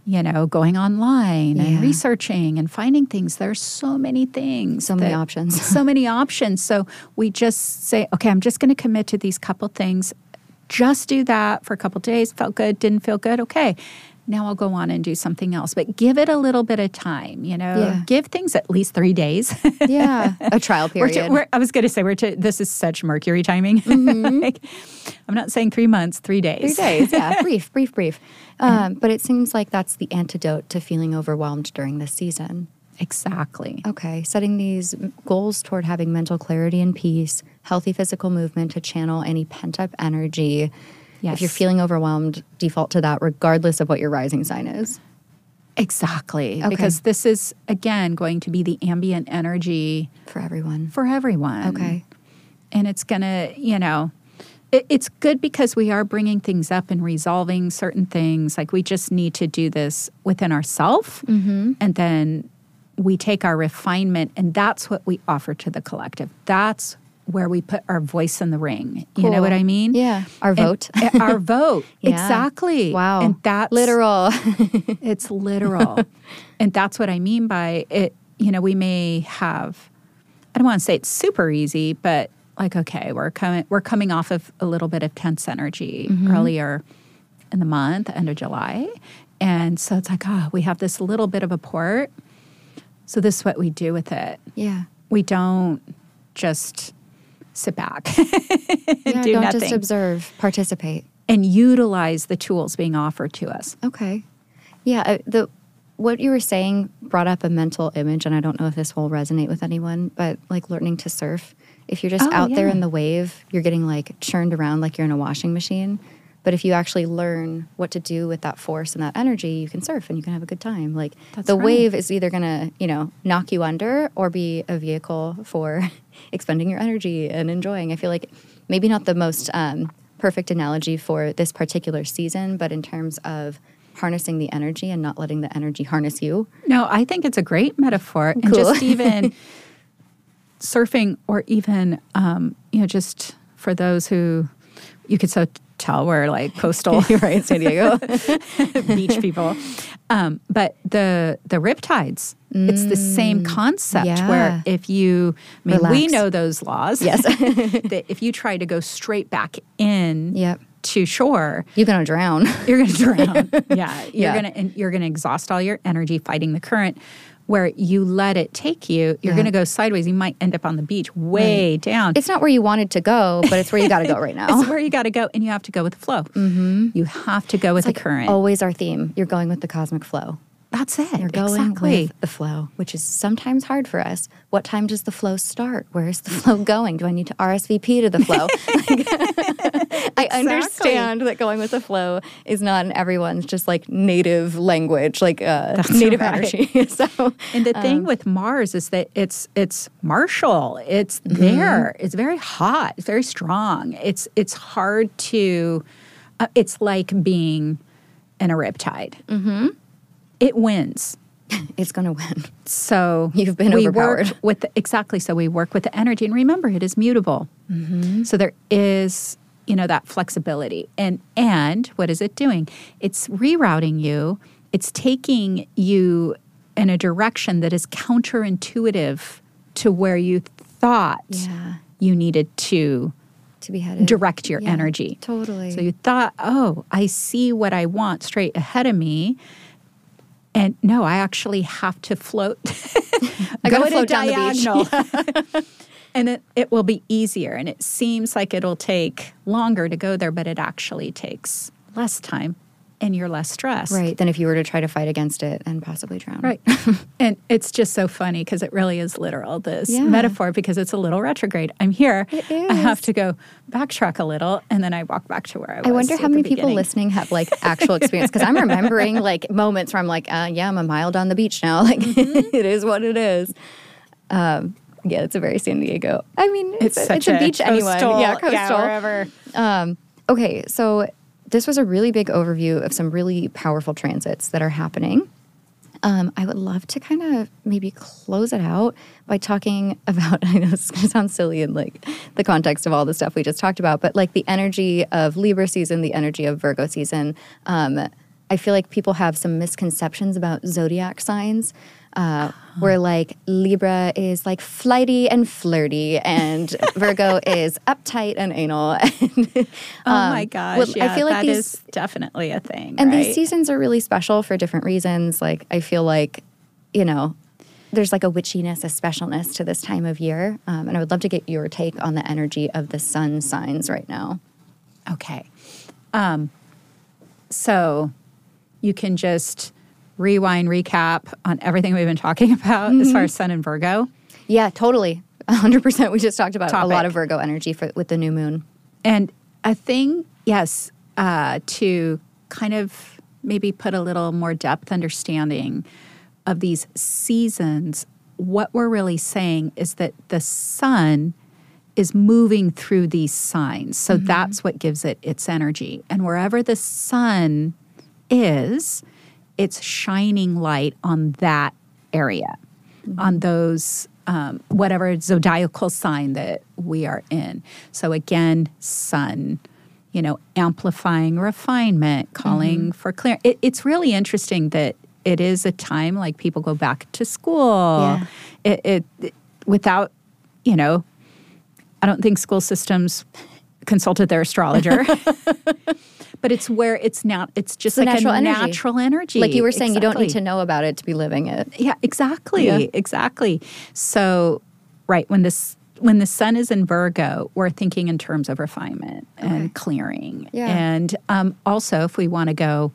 [SPEAKER 3] you know, going online
[SPEAKER 1] Yeah.
[SPEAKER 3] and researching and finding things. There's so many things.
[SPEAKER 1] So many
[SPEAKER 3] that-
[SPEAKER 1] options.
[SPEAKER 3] so many options. So we just say, okay, I'm just going to commit to these couple things just do that for a couple days. Felt good, didn't feel good. Okay. Now I'll go on and do something else. But give it a little bit of time, you know?
[SPEAKER 1] Yeah.
[SPEAKER 3] Give things at least three days.
[SPEAKER 1] Yeah. A trial
[SPEAKER 3] We're to-
[SPEAKER 1] period.
[SPEAKER 3] we're- I was going to say, we're to, this is such Mercury timing. Like, I'm not saying three months, three days.
[SPEAKER 1] Mm-hmm. Three days, yeah. brief, brief, brief. Um, but it seems like that's the antidote to feeling overwhelmed during this season.
[SPEAKER 3] Exactly.
[SPEAKER 1] Okay, setting these m- goals toward having mental clarity and peace, healthy physical movement to channel any pent up energy. If you're
[SPEAKER 3] Yes.
[SPEAKER 1] feeling overwhelmed, default to that regardless of what your rising sign is.
[SPEAKER 3] Exactly.
[SPEAKER 1] Okay.
[SPEAKER 3] Because this is, again, going to be the ambient energy
[SPEAKER 1] For everyone.
[SPEAKER 3] for everyone.
[SPEAKER 1] Mm-hmm. Okay.
[SPEAKER 3] And it's going to, you know, it, it's good because we are bringing things up and resolving certain things. Like we just need to do this within ourselves.
[SPEAKER 1] Mm-hmm.
[SPEAKER 3] And then we take our refinement, and that's what we offer to the collective. That's where we put our voice in the ring. You know
[SPEAKER 1] Cool.
[SPEAKER 3] what I mean?
[SPEAKER 1] Yeah. Our
[SPEAKER 3] And-
[SPEAKER 1] vote.
[SPEAKER 3] our vote.
[SPEAKER 1] Yeah.
[SPEAKER 3] Exactly.
[SPEAKER 1] Wow.
[SPEAKER 3] And that's
[SPEAKER 1] Literal.
[SPEAKER 3] it's literal. and that's what I mean by it. You know, we may have, I don't want to say it's super easy, but like, okay, we're coming, we're coming off of a little bit of tense energy earlier in the month, end of July. And so it's like, ah, we have this little bit of a port. So this is what we do with it.
[SPEAKER 1] yeah.
[SPEAKER 3] We don't just sit back
[SPEAKER 1] yeah
[SPEAKER 3] do
[SPEAKER 1] not
[SPEAKER 3] nothing
[SPEAKER 1] just observe, participate.
[SPEAKER 3] and utilize the tools being offered to us.
[SPEAKER 1] Okay. Yeah, uh, the what you were saying brought up a mental image and I don't know if this will resonate with anyone, but like learning to surf. If you're just
[SPEAKER 3] Oh,
[SPEAKER 1] out there
[SPEAKER 3] yeah.
[SPEAKER 1] in the wave, you're getting like churned around like you're in a washing machine. But if you actually learn what to do with that force and that energy, you can surf and you can have a good time. Like
[SPEAKER 3] That's
[SPEAKER 1] the
[SPEAKER 3] right.
[SPEAKER 1] wave is either going to, you know, knock you under or be a vehicle for expending your energy and enjoying. I feel like maybe not the most um, perfect analogy for this particular season, but in terms of harnessing the energy and not letting the energy harness you.
[SPEAKER 3] No, I think it's a great metaphor, and
[SPEAKER 1] Cool.
[SPEAKER 3] just even surfing, or even um, you know, just for those who you could so tell we're like coastal
[SPEAKER 1] right, San Diego.
[SPEAKER 3] beach people, um, but the the riptides. It's the same concept
[SPEAKER 1] Mm, yeah.
[SPEAKER 3] where if you, I mean, we
[SPEAKER 1] Relax.
[SPEAKER 3] know those laws.
[SPEAKER 1] Yes.
[SPEAKER 3] that if you try to go straight back in
[SPEAKER 1] Yep.
[SPEAKER 3] to shore,
[SPEAKER 1] you're going to drown.
[SPEAKER 3] you're going to drown. Um, yeah, you're
[SPEAKER 1] Yeah.
[SPEAKER 3] going to and you're going to exhaust all your energy fighting the current. Where you let it take you, you're
[SPEAKER 1] Yeah.
[SPEAKER 3] going to go sideways. You might end up on the beach, way down.
[SPEAKER 1] It's not where you wanted to go, but it's where you got to go right now.
[SPEAKER 3] It's where you got to go, and you have to go with the flow. Mm-hmm. You have to go with the current.
[SPEAKER 1] Always our theme. You're going with the cosmic flow.
[SPEAKER 3] that's it.
[SPEAKER 1] You're going
[SPEAKER 3] exactly.
[SPEAKER 1] with the flow, which is sometimes hard for us. What time does the flow start? Where is the flow going? Do I need to RSVP to the flow? Like, I understand that going with the flow is not in everyone's just like native language, like uh, native
[SPEAKER 3] right.
[SPEAKER 1] energy. so
[SPEAKER 3] And the thing with Mars is that it's it's martial. It's there. It's very hot. It's very strong. It's it's hard to. Uh, it's like being in a riptide. Mm-hmm. It wins.
[SPEAKER 1] it's going to win.
[SPEAKER 3] So
[SPEAKER 1] You've been
[SPEAKER 3] we
[SPEAKER 1] overpowered.
[SPEAKER 3] Work with exactly. So we work with the energy, and remember, it is mutable.
[SPEAKER 1] Mm-hmm.
[SPEAKER 3] So there is you know that flexibility, and and what is it doing? It's rerouting you. It's taking you in a direction that is counterintuitive to where you thought
[SPEAKER 1] Yeah.
[SPEAKER 3] you needed to
[SPEAKER 1] To be headed.
[SPEAKER 3] direct your
[SPEAKER 1] Yeah,
[SPEAKER 3] energy.
[SPEAKER 1] Totally.
[SPEAKER 3] So you thought, oh, I see what I want straight ahead of me. And no, I actually have to float.
[SPEAKER 1] I
[SPEAKER 3] go
[SPEAKER 1] gotta
[SPEAKER 3] at a
[SPEAKER 1] float down the beach.
[SPEAKER 3] diagonal. and it, it will be easier. And it seems like it'll take longer to go there, but it actually takes less time and you're less stressed.
[SPEAKER 1] right. Then if you were to try to fight against it and possibly drown.
[SPEAKER 3] Right. and it's just so funny because it really is literal, this
[SPEAKER 1] Yeah.
[SPEAKER 3] metaphor, because it's a little retrograde. I'm here.
[SPEAKER 1] It
[SPEAKER 3] I have
[SPEAKER 1] is.
[SPEAKER 3] to go backtrack a little and then I walk back to where I was.
[SPEAKER 1] I wonder
[SPEAKER 3] at
[SPEAKER 1] how
[SPEAKER 3] the
[SPEAKER 1] many people
[SPEAKER 3] beginning.
[SPEAKER 1] listening have like actual experience because I'm remembering like moments where I'm like, uh, yeah, I'm a mile down the beach now. Like,
[SPEAKER 3] Mm-hmm.
[SPEAKER 1] it is what it is. Um, yeah, it's a very San Diego. I mean, it's,
[SPEAKER 3] It's,
[SPEAKER 1] a, it's
[SPEAKER 3] such
[SPEAKER 1] a, beach anyone.
[SPEAKER 3] coastal-
[SPEAKER 1] Yeah, coastal.
[SPEAKER 3] wherever.
[SPEAKER 1] Um, okay, so this was a really big overview of some really powerful transits that are happening. Um, I would love to kind of maybe close it out by talking about. I know this is going to sound silly in like the context of all the stuff we just talked about, but like the energy of Libra season, the energy of Virgo season. Um, I feel like people have some misconceptions about zodiac signs. Uh, where like Libra is like flighty and flirty, and Virgo is uptight and anal. And,
[SPEAKER 3] Oh my gosh.
[SPEAKER 1] um, well,
[SPEAKER 3] yeah,
[SPEAKER 1] I feel like
[SPEAKER 3] that
[SPEAKER 1] these-
[SPEAKER 3] is definitely a thing.
[SPEAKER 1] and
[SPEAKER 3] right?
[SPEAKER 1] these seasons are really special for different reasons. Like I feel like, you know, there's like a witchiness, a specialness to this time of year. Um, and I would love to get your take on the energy of the sun signs right now.
[SPEAKER 3] Okay. Um, so you can just rewind, recap on everything we've been talking about as far as Sun and Virgo.
[SPEAKER 1] Yeah, totally. 100%. We just talked about a lot
[SPEAKER 3] Topic.
[SPEAKER 1] of Virgo energy for, with the new moon.
[SPEAKER 3] And a thing, yes, uh, to kind of maybe put a little more depth understanding of these seasons, what we're really saying is that the sun is moving through these signs. So that's what gives it its energy. And wherever the sun is, it's shining light on that area, on those, um, whatever zodiacal sign that we are in. So again, sun, you know, amplifying refinement, calling
[SPEAKER 1] Mm-hmm.
[SPEAKER 3] for clear. It, it's really interesting that it is a time like people go back to school.
[SPEAKER 1] Yeah.
[SPEAKER 3] It, it, it without, you know, I don't think school systems consulted their astrologer. but it's where it's now it's just
[SPEAKER 1] a
[SPEAKER 3] like
[SPEAKER 1] natural
[SPEAKER 3] a
[SPEAKER 1] energy.
[SPEAKER 3] natural energy.
[SPEAKER 1] Like you were saying, you don't need
[SPEAKER 3] Exactly.
[SPEAKER 1] to know about it to be living it.
[SPEAKER 3] Yeah, exactly.
[SPEAKER 1] Yeah.
[SPEAKER 3] Exactly. So, right, when this when the sun is in Virgo, we're thinking in terms of refinement
[SPEAKER 1] Okay.
[SPEAKER 3] and clearing.
[SPEAKER 1] Yeah.
[SPEAKER 3] And um, also if we want to go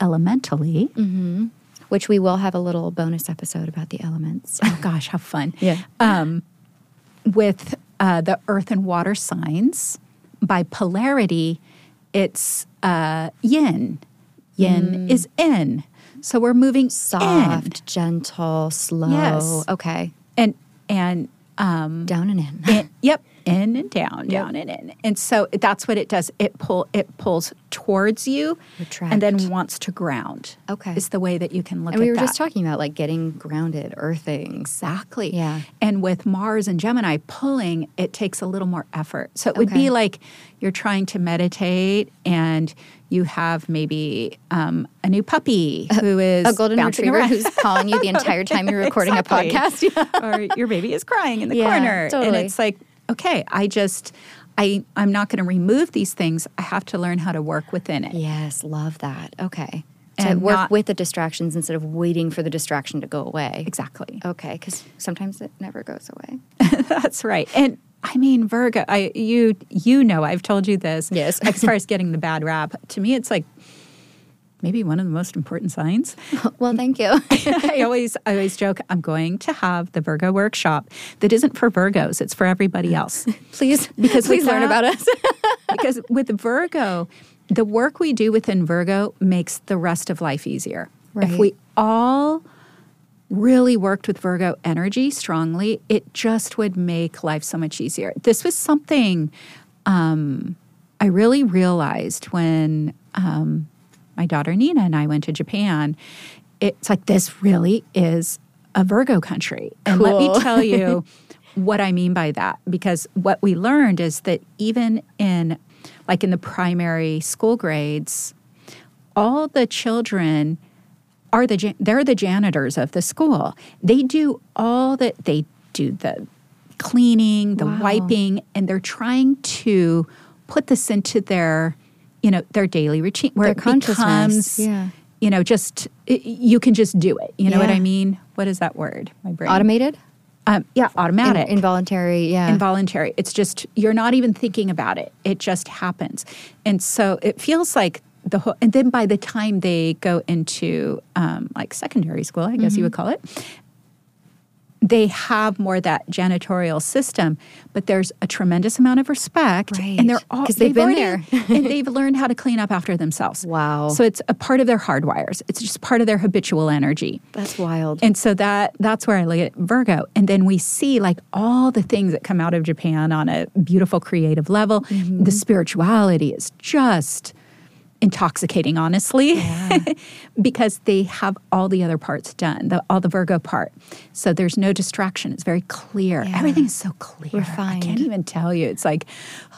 [SPEAKER 3] elementally,
[SPEAKER 1] Mm-hmm. Which we will have a little bonus episode about the elements.
[SPEAKER 3] oh gosh, how fun. Um,
[SPEAKER 1] Yeah.
[SPEAKER 3] with uh, the earth and water signs by polarity it's uh, yin yin is in so we're moving in
[SPEAKER 1] Mm. Soft, gentle, slow.
[SPEAKER 3] Yes.
[SPEAKER 1] Okay.
[SPEAKER 3] and and
[SPEAKER 1] Down and in.
[SPEAKER 3] in, yep in and down down and in and so that's what it does it pull it pulls towards you and
[SPEAKER 1] Retract.
[SPEAKER 3] then wants to ground
[SPEAKER 1] Okay.
[SPEAKER 3] is the way that you can look
[SPEAKER 1] And
[SPEAKER 3] at
[SPEAKER 1] we were
[SPEAKER 3] that.
[SPEAKER 1] just talking about like getting grounded, earthing.
[SPEAKER 3] Exactly.
[SPEAKER 1] Yeah.
[SPEAKER 3] And with Mars and Gemini pulling, it takes a little more effort. So it would
[SPEAKER 1] Okay.
[SPEAKER 3] be like you're trying to meditate and you have maybe um, a new puppy who is
[SPEAKER 1] A golden
[SPEAKER 3] bouncing
[SPEAKER 1] retriever
[SPEAKER 3] around.
[SPEAKER 1] who's calling you the entire time you're recording
[SPEAKER 3] Exactly.
[SPEAKER 1] a podcast. Yeah.
[SPEAKER 3] or your baby is crying in the
[SPEAKER 1] Yeah,
[SPEAKER 3] corner. And
[SPEAKER 1] totally.
[SPEAKER 3] it's like, okay, I just, I, I'm not going to remove these things. I have to learn how to work within it.
[SPEAKER 1] Yes, love that. Okay. To
[SPEAKER 3] And
[SPEAKER 1] work
[SPEAKER 3] not-
[SPEAKER 1] with the distractions instead of waiting for the distraction to go away.
[SPEAKER 3] Exactly.
[SPEAKER 1] Okay, because sometimes it never goes away.
[SPEAKER 3] That's right. And I mean, Virgo, I you you know, I've told you this.
[SPEAKER 1] Yes.
[SPEAKER 3] as far as getting the bad rap, to me, it's like maybe one of the most important signs.
[SPEAKER 1] well, thank you.
[SPEAKER 3] I always I always joke I'm going to have the Virgo workshop that isn't for Virgos; it's for everybody else.
[SPEAKER 1] please,
[SPEAKER 3] Because
[SPEAKER 1] please
[SPEAKER 3] with
[SPEAKER 1] learn
[SPEAKER 3] that-
[SPEAKER 1] about us.
[SPEAKER 3] because with Virgo, the work we do within Virgo makes the rest of life easier.
[SPEAKER 1] Right.
[SPEAKER 3] If we all really worked with Virgo energy strongly, it just would make life so much easier. This was something um, I really realized when um, my daughter Nina and I went to Japan. It's like this really is a Virgo country. And let me
[SPEAKER 1] Cool.
[SPEAKER 3] tell you what I mean by that because what we learned is that even in like in the primary school grades, all the children are the ja- they're the janitors of the school. They do all that they do the cleaning, the
[SPEAKER 1] Wow.
[SPEAKER 3] wiping, and they're trying to put this into their you know their daily routine where
[SPEAKER 1] Their
[SPEAKER 3] it
[SPEAKER 1] consciousness,
[SPEAKER 3] becomes
[SPEAKER 1] yeah.
[SPEAKER 3] you know just y- you can just do it. You know what
[SPEAKER 1] Yeah.
[SPEAKER 3] I mean? What is that word? My brain.
[SPEAKER 1] Automated?
[SPEAKER 3] Um, yeah, automatic
[SPEAKER 1] In- involuntary, yeah.
[SPEAKER 3] involuntary. It's just you're not even thinking about it. It just happens, and so it feels like the whole. And then by the time they go into um, like secondary school, I guess
[SPEAKER 1] Mm-hmm.
[SPEAKER 3] you would call it, they have more that janitorial system. But there's a tremendous amount of respect,
[SPEAKER 1] Right.
[SPEAKER 3] and they're all
[SPEAKER 1] 'Cause they've been
[SPEAKER 3] already- and they've learned how to clean up after themselves.
[SPEAKER 1] Wow.
[SPEAKER 3] So it's a part of their hardwires. It's just part of their habitual energy.
[SPEAKER 1] That's wild.
[SPEAKER 3] And so that that's where I look at Virgo. And then we see like all the things that come out of
[SPEAKER 1] Mm-hmm.
[SPEAKER 3] Japan on a beautiful creative level. The spirituality is just intoxicating, honestly, because they have all the other parts done, the, all the Virgo part. So there's no distraction. It's very clear. Everything's so clear. I
[SPEAKER 1] Refined.
[SPEAKER 3] can't even tell you. It's like,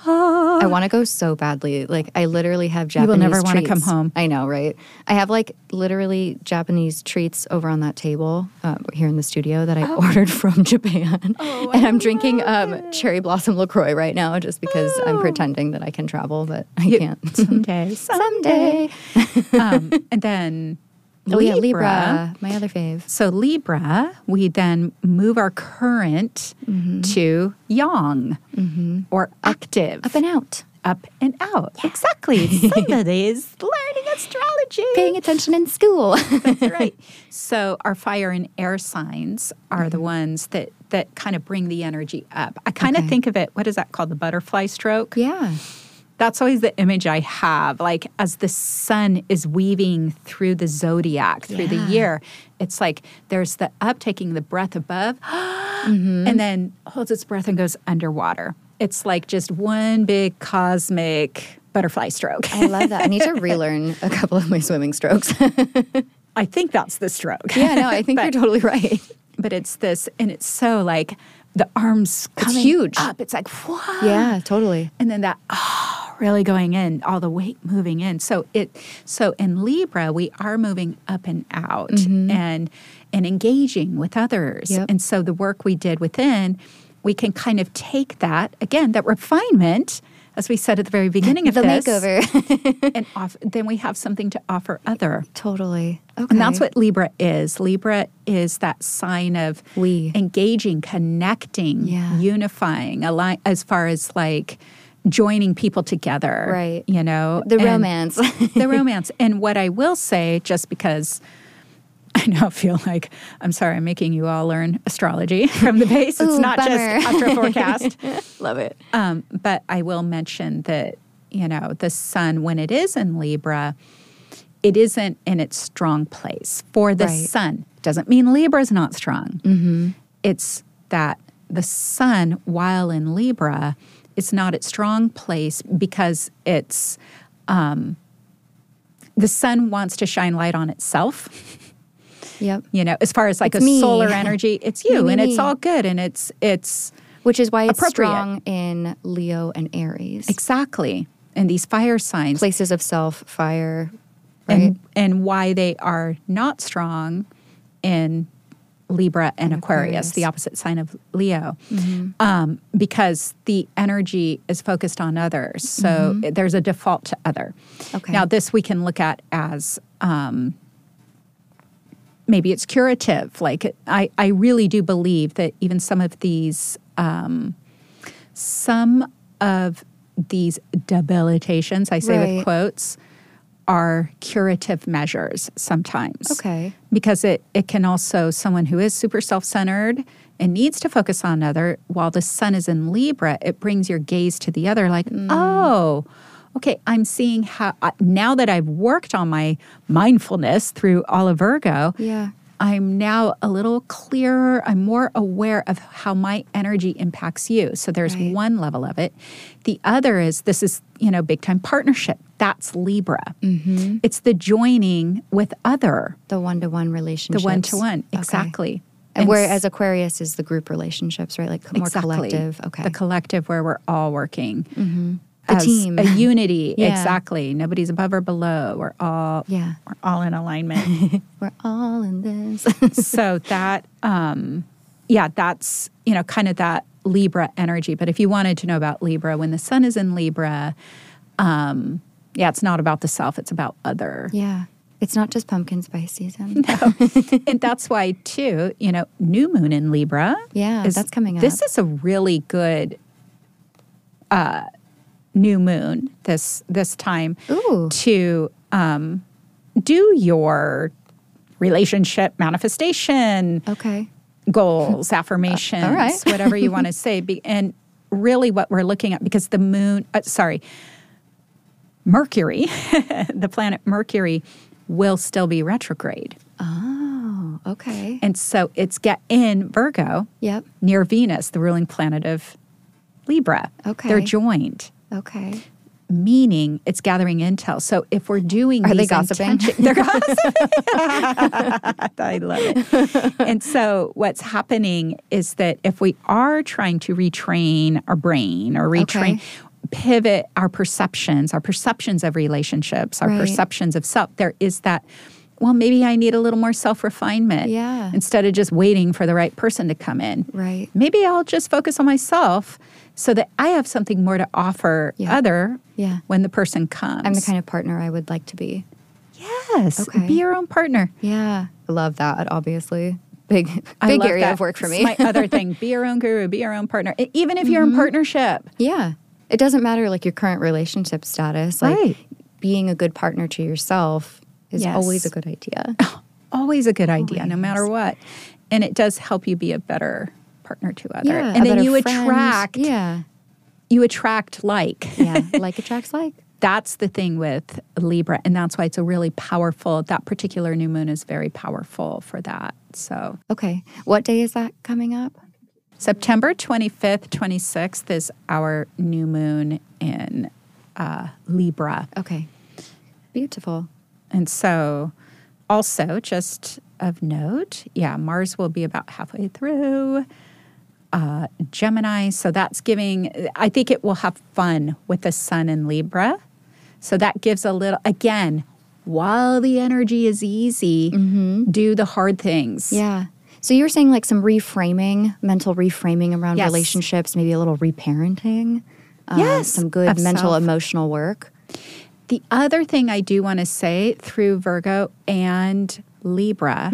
[SPEAKER 3] oh,
[SPEAKER 1] I want to go so badly. Like I literally have Japanese.
[SPEAKER 3] will never wanna
[SPEAKER 1] treats.
[SPEAKER 3] come home.
[SPEAKER 1] I know, right? I have like literally Japanese treats over on that table uh, here in the studio that I ordered from Japan, and I'm drinking um, cherry blossom Lacroix right now just because I'm pretending that I can travel, but I can't.
[SPEAKER 3] someday, someday. um, and then
[SPEAKER 1] Oh yeah, Libra, my other fave.
[SPEAKER 3] So Libra, we then move our current to yang or active.
[SPEAKER 1] Up and out.
[SPEAKER 3] Mm-hmm. up and out. Exactly. Somebody is learning astrology.
[SPEAKER 1] Paying attention in school.
[SPEAKER 3] That's right. So our fire and air signs are the ones that that kind of bring the energy up. I kind of
[SPEAKER 1] Okay.
[SPEAKER 3] think of it, what is that called? The butterfly stroke?
[SPEAKER 1] yeah.
[SPEAKER 3] That's always the image I have. Like as the sun is weaving through the zodiac, through
[SPEAKER 1] Yeah.
[SPEAKER 3] the year, it's like there's the up taking the breath above and then holds its breath and goes underwater. It's like just one big cosmic butterfly stroke.
[SPEAKER 1] I love that. I need to relearn a couple of my swimming strokes.
[SPEAKER 3] I think that's the stroke.
[SPEAKER 1] yeah, no, I think you're totally right.
[SPEAKER 3] but it's this, and it's so like the arms coming
[SPEAKER 1] huge.
[SPEAKER 3] up. It's like what?
[SPEAKER 1] Yeah, totally.
[SPEAKER 3] and then that ah really going in, all the weight moving in. So it, so in Libra, we are moving up and out, and and engaging with others,
[SPEAKER 1] Mm-hmm. Yep.
[SPEAKER 3] and so the work we did within, we can kind of take that again, that refinement. As we said at the very beginning of
[SPEAKER 1] The
[SPEAKER 3] this,
[SPEAKER 1] makeover.
[SPEAKER 3] and off, then we have something to offer other.
[SPEAKER 1] totally. Okay.
[SPEAKER 3] And that's what Libra is. Libra is that sign of
[SPEAKER 1] We.
[SPEAKER 3] engaging, connecting,
[SPEAKER 1] Yeah.
[SPEAKER 3] unifying, align, as far as like joining people together.
[SPEAKER 1] Right.
[SPEAKER 3] You know,
[SPEAKER 1] The
[SPEAKER 3] and-
[SPEAKER 1] romance.
[SPEAKER 3] the romance. And what I will say, just because I now feel like I'm sorry, I'm making you all learn astrology from the base. it's
[SPEAKER 1] Ooh,
[SPEAKER 3] not
[SPEAKER 1] bummer.
[SPEAKER 3] just astro forecast.
[SPEAKER 1] Love it.
[SPEAKER 3] Um, but I will mention that, you know, the sun, when it is in Libra, it isn't in its strong place for the
[SPEAKER 1] Right. Mm-hmm.
[SPEAKER 3] sun. Doesn't mean Libra is not strong. It's that the sun, while in Libra, it's not its strong place because it's um, the sun wants to shine light on itself
[SPEAKER 1] Yep.
[SPEAKER 3] you know as far as like
[SPEAKER 1] It's
[SPEAKER 3] a
[SPEAKER 1] me.
[SPEAKER 3] solar energy it's you
[SPEAKER 1] me,
[SPEAKER 3] and
[SPEAKER 1] me,
[SPEAKER 3] it's
[SPEAKER 1] me.
[SPEAKER 3] all good and it's it's
[SPEAKER 1] Which is why it's
[SPEAKER 3] Appropriate.
[SPEAKER 1] strong in Leo and Aries.
[SPEAKER 3] exactly and these fire signs
[SPEAKER 1] Places of self, fire, right?
[SPEAKER 3] and and why they are not strong in Libra and Aquarius,
[SPEAKER 1] Aquarius. Mm-hmm.
[SPEAKER 3] the opposite sign of Leo, um, because the energy is focused on others. So it- there's a default to other.
[SPEAKER 1] Mm-hmm. Okay.
[SPEAKER 3] Now, this we can look at as um, maybe it's curative. Like, I, I really do believe that even some of these um, some of these debilitations, I say
[SPEAKER 1] Right.
[SPEAKER 3] with quotes, are curative measures sometimes.
[SPEAKER 1] Okay.
[SPEAKER 3] Because it, it can also, someone who is super self centered and needs to focus on other, while the sun is in Libra, it brings your gaze to the other, like,
[SPEAKER 1] Mm.
[SPEAKER 3] oh, okay, I'm seeing how, I- now that I've worked on my mindfulness through all of Virgo,
[SPEAKER 1] Yeah.
[SPEAKER 3] I'm now a little clearer. I'm more aware of how my energy impacts you. So there's
[SPEAKER 1] Right.
[SPEAKER 3] one level of it. The other is this is, you know, big time partnership. That's Libra.
[SPEAKER 1] Mm-hmm.
[SPEAKER 3] It's the joining with other,
[SPEAKER 1] The one to one relationship.
[SPEAKER 3] the one to one. Exactly.
[SPEAKER 1] And
[SPEAKER 3] s-
[SPEAKER 1] whereas Aquarius is the group relationships, right? Like more
[SPEAKER 3] exactly.
[SPEAKER 1] collective. Okay.
[SPEAKER 3] The collective where we're all working.
[SPEAKER 1] The
[SPEAKER 3] as
[SPEAKER 1] team.
[SPEAKER 3] A unity.
[SPEAKER 1] Yeah.
[SPEAKER 3] Exactly. Nobody's above or below. We're all
[SPEAKER 1] yeah.
[SPEAKER 3] we're all in alignment.
[SPEAKER 1] We're all in this.
[SPEAKER 3] so that um yeah that's you know kind of that libra energy but if you wanted to know about libra when the sun is in libra um yeah it's not about the self it's about other
[SPEAKER 1] yeah. It's not just pumpkin spice season.
[SPEAKER 3] and that's why too you know new moon in libra
[SPEAKER 1] Yeah, that's coming
[SPEAKER 3] this
[SPEAKER 1] up.
[SPEAKER 3] is a really good uh new moon this this time
[SPEAKER 1] Ooh.
[SPEAKER 3] to um do your relationship manifestation
[SPEAKER 1] Okay.
[SPEAKER 3] goals, affirmations,
[SPEAKER 1] Uh, right.
[SPEAKER 3] whatever you want to say. Be, and really, what we're looking at, because the moon, uh, sorry, Mercury, the planet Mercury, will still be retrograde.
[SPEAKER 1] Oh, okay.
[SPEAKER 3] And so it's get in Virgo
[SPEAKER 1] yep.
[SPEAKER 3] near Venus, the ruling planet of Libra.
[SPEAKER 1] Okay.
[SPEAKER 3] They're joined.
[SPEAKER 1] Okay.
[SPEAKER 3] meaning it's gathering intel. So if we're doing,
[SPEAKER 1] Are they
[SPEAKER 3] these
[SPEAKER 1] gossiping?
[SPEAKER 3] intention- they're gossiping. I love it. And so what's happening is that if we are trying to retrain our brain or retrain.
[SPEAKER 1] Okay.
[SPEAKER 3] Pivot our perceptions, our perceptions of relationships, our
[SPEAKER 1] Right.
[SPEAKER 3] perceptions of self. There is that, well, maybe I need a little more self refinement
[SPEAKER 1] Yeah.
[SPEAKER 3] instead of just waiting for the right person to come in
[SPEAKER 1] Right.
[SPEAKER 3] maybe I'll just focus on myself so that I have something more to offer
[SPEAKER 1] Yeah.
[SPEAKER 3] other
[SPEAKER 1] Yeah.
[SPEAKER 3] when the person comes.
[SPEAKER 1] I'm the kind of partner I would like to be.
[SPEAKER 3] yes,
[SPEAKER 1] Okay.
[SPEAKER 3] be your own partner.
[SPEAKER 1] Yeah. I love that, obviously. Big,
[SPEAKER 3] I
[SPEAKER 1] big
[SPEAKER 3] love
[SPEAKER 1] area
[SPEAKER 3] that.
[SPEAKER 1] of work for
[SPEAKER 3] It's
[SPEAKER 1] me. Mm-hmm.
[SPEAKER 3] my other thing, be your own guru, be your own partner. E- Even if you're in partnership.
[SPEAKER 1] Yeah. It doesn't matter like your current relationship status. Like
[SPEAKER 3] Right.
[SPEAKER 1] being a good partner to yourself is
[SPEAKER 3] Yes.
[SPEAKER 1] always a good idea.
[SPEAKER 3] Always a good idea, no matter what. And it does help you be a better partner to other.
[SPEAKER 1] yeah.
[SPEAKER 3] and
[SPEAKER 1] a
[SPEAKER 3] then
[SPEAKER 1] better
[SPEAKER 3] you
[SPEAKER 1] friend.
[SPEAKER 3] attract
[SPEAKER 1] Yeah.
[SPEAKER 3] you attract like.
[SPEAKER 1] Yeah. like attracts like.
[SPEAKER 3] That's the thing with Libra. And that's why it's a really powerful that particular new moon is very powerful for that. So
[SPEAKER 1] Okay. What day is that coming up?
[SPEAKER 3] September 25th, 26th is our new moon in uh, Libra.
[SPEAKER 1] Okay. Beautiful.
[SPEAKER 3] And so, also, just of note, yeah, Mars will be about halfway through uh, Gemini. So, that's giving, I think it will have fun with the sun in Libra. So, that gives a little, again, while the energy is easy, do the hard things.
[SPEAKER 1] Yeah. So you were saying like some reframing, mental reframing around
[SPEAKER 3] Yes.
[SPEAKER 1] relationships, maybe a little reparenting. uh,
[SPEAKER 3] Yes,
[SPEAKER 1] Some good
[SPEAKER 3] of
[SPEAKER 1] mental,
[SPEAKER 3] self.
[SPEAKER 1] emotional work.
[SPEAKER 3] The other thing I do want to say through Virgo and Libra,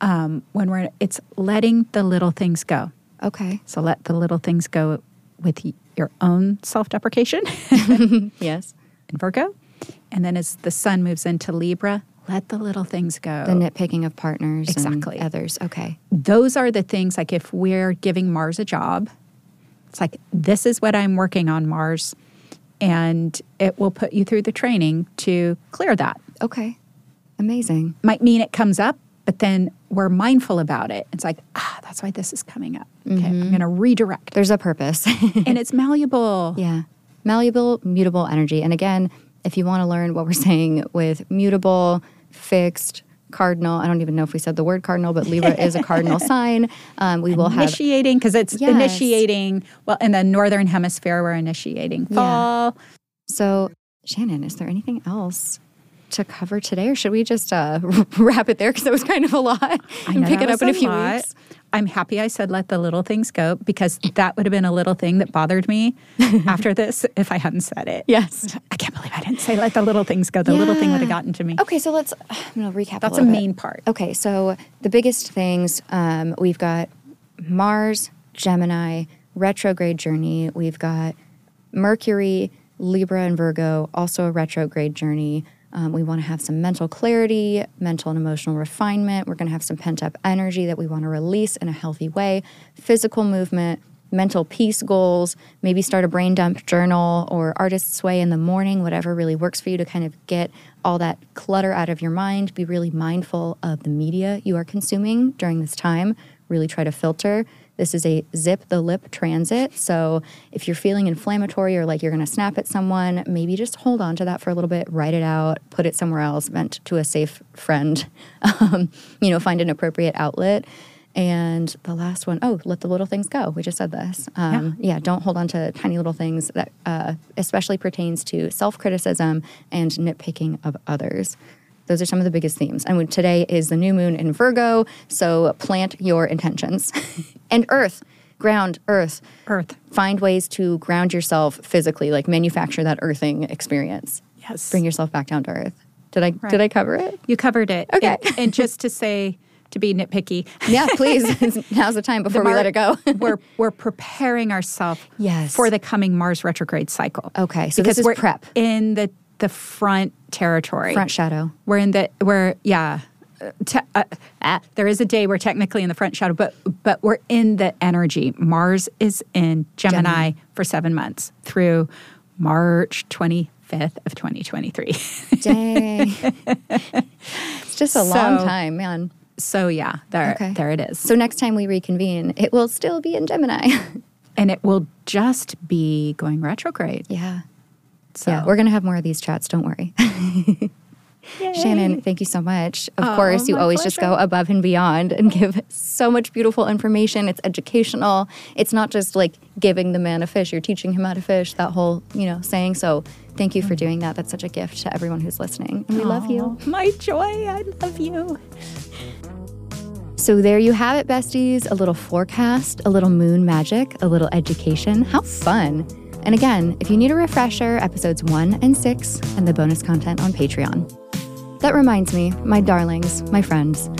[SPEAKER 3] um, when we're it's letting the little things go.
[SPEAKER 1] Okay.
[SPEAKER 3] So let the little things go with y- your own self-deprecation
[SPEAKER 1] Yes.
[SPEAKER 3] in Virgo, and then as the Sun moves into Libra, let the little things go.
[SPEAKER 1] The nitpicking of partners
[SPEAKER 3] Oh. Exactly.
[SPEAKER 1] and others. Okay.
[SPEAKER 3] Those are the things like if we're giving Mars a job, it's like this is what I'm working on Mars, and it will put you through the training to clear that.
[SPEAKER 1] Okay. Amazing.
[SPEAKER 3] might mean it comes up, but then we're mindful about it. It's like, ah, that's why this is coming up. Okay, I'm going to redirect.
[SPEAKER 1] There's a purpose.
[SPEAKER 3] and it's malleable.
[SPEAKER 1] yeah. Malleable, mutable energy. And again, if you want to learn what we're saying with mutable, fixed, cardinal, I don't even know if we said the word cardinal, but Libra is a cardinal sign. Um, we will have
[SPEAKER 3] Initiating, because it's
[SPEAKER 1] Yes.
[SPEAKER 3] initiating. Well, in the northern hemisphere, we're initiating
[SPEAKER 1] Yeah.
[SPEAKER 3] fall.
[SPEAKER 1] So, Shannon, is there anything else to cover today, or should we just uh, wrap it there? Because that was kind of a lot.
[SPEAKER 3] I
[SPEAKER 1] and
[SPEAKER 3] know
[SPEAKER 1] pick
[SPEAKER 3] that
[SPEAKER 1] it up
[SPEAKER 3] was
[SPEAKER 1] in a few
[SPEAKER 3] lot.
[SPEAKER 1] weeks.
[SPEAKER 3] I'm happy I said let the little things go because that would have been a little thing that bothered me after this if I hadn't said it.
[SPEAKER 1] Yes.
[SPEAKER 3] I can't believe I didn't say let the little things go. The little thing would
[SPEAKER 1] Yeah. Oh,
[SPEAKER 3] have gotten to me.
[SPEAKER 1] Okay, so let's. I'm gonna recap.
[SPEAKER 3] That's
[SPEAKER 1] a
[SPEAKER 3] a
[SPEAKER 1] little bit.
[SPEAKER 3] main part.
[SPEAKER 1] Okay, so the biggest things um, we've got Mars, Gemini, retrograde journey. We've got Mercury, Libra, and Virgo, also a retrograde journey. Um, we want to have some mental clarity, mental and emotional refinement. We're going to have some pent up energy that we want to release in a healthy way, physical movement, mental peace goals, maybe start a brain dump journal or artist's way in the morning, whatever really works for you to kind of get all that clutter out of your mind. Be really mindful of the media you are consuming during this time. Really try to filter. This is a zip the lip transit. So if you're feeling inflammatory or like you're going to snap at someone, maybe just hold on to that for a little bit, write it out, put it somewhere else, meant to a safe friend. Um, you know, find an appropriate outlet. And the last one, oh, let the little things go. We just said this. Um, yeah. don't hold on to tiny little things that uh, especially pertains to self criticism and nitpicking of others. Those are some of the biggest themes. And we- today is the new moon in Virgo, so plant your intentions. and earth, ground, earth.
[SPEAKER 3] Earth.
[SPEAKER 1] Find ways to ground yourself physically, like manufacture that earthing experience.
[SPEAKER 3] Yes.
[SPEAKER 1] Bring yourself back down to earth. Did I did
[SPEAKER 3] Right.
[SPEAKER 1] I cover it?
[SPEAKER 3] You covered it.
[SPEAKER 1] Okay.
[SPEAKER 3] And, and just to say, to be nitpicky,
[SPEAKER 1] Yeah, please. Now's the time before we let it go.
[SPEAKER 3] Mar- we're we're preparing ourselves
[SPEAKER 1] Yes.
[SPEAKER 3] for the coming Mars retrograde cycle.
[SPEAKER 1] Okay, so this
[SPEAKER 3] because
[SPEAKER 1] is
[SPEAKER 3] we're
[SPEAKER 1] prep.
[SPEAKER 3] in the the front territory.
[SPEAKER 1] Front shadow.
[SPEAKER 3] We're in the we're yeah. uh, Te- uh, ah, there is a day we're technically in the front shadow, but but we're in the energy. Mars is in Gemini, for seven months through March twenty fifth of twenty twenty three.
[SPEAKER 1] Dang. it's just a long
[SPEAKER 3] So-
[SPEAKER 1] time, man.
[SPEAKER 3] So yeah, there
[SPEAKER 1] Okay.
[SPEAKER 3] there it is.
[SPEAKER 1] So next time we reconvene, it will still be in Gemini.
[SPEAKER 3] and it will just be going retrograde.
[SPEAKER 1] yeah.
[SPEAKER 3] So
[SPEAKER 1] Yeah, we're going to have more of these chats. Don't worry. Shannon, thank you so much. Of
[SPEAKER 3] Oh,
[SPEAKER 1] course, you
[SPEAKER 3] my
[SPEAKER 1] always just go above and beyond and give so much beautiful information. It's educational. It's not just like giving the man a fish, you're teaching him how to fish, that whole, you know, saying. So thank you for
[SPEAKER 3] Mm.
[SPEAKER 1] doing that. That's such a gift to everyone who's listening. And we love you.
[SPEAKER 3] my joy. I love you.
[SPEAKER 1] So there you have it, besties. A little forecast, a little moon magic, a little education. How fun. And again, if you need a refresher, episodes one and six, and the bonus content on Patreon. That reminds me, my darlings, my friends,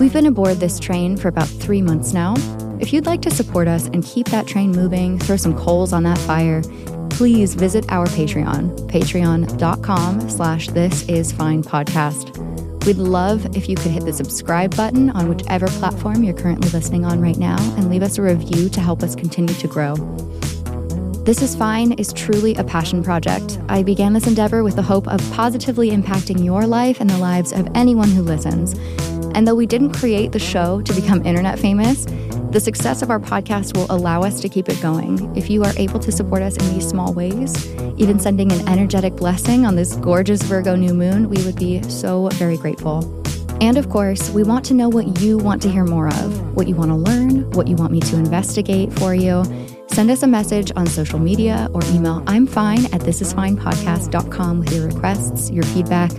[SPEAKER 1] we've been aboard this train for about three months now. If you'd like to support us and keep that train moving, throw some coals on that fire, please visit our Patreon, patreon.com slash this is fine podcast. We'd love if you could hit the subscribe button on whichever platform you're currently listening on right now and leave us a review to help us continue to grow. This is Fine is truly a passion project. I began this endeavor with the hope of positively impacting your life and the lives of anyone who listens. And though we didn't create the show to become internet famous, the success of our podcast will allow us to keep it going. If you are able to support us in these small ways, even sending an energetic blessing on this gorgeous Virgo new moon, we would be so very grateful. And of course, we want to know what you want to hear more of, what you want to learn, what you want me to investigate for you. Send us a message on social media or email I'm fine at thisisfinepodcast.com with your requests, your feedback.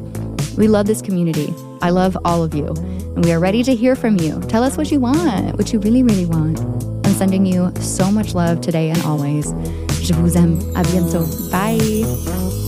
[SPEAKER 1] We love this community. I love all of you. And we are ready to hear from you. Tell us what you want, what you really, really want. I'm sending you so much love today and always. Je vous aime. A bientôt. Bye.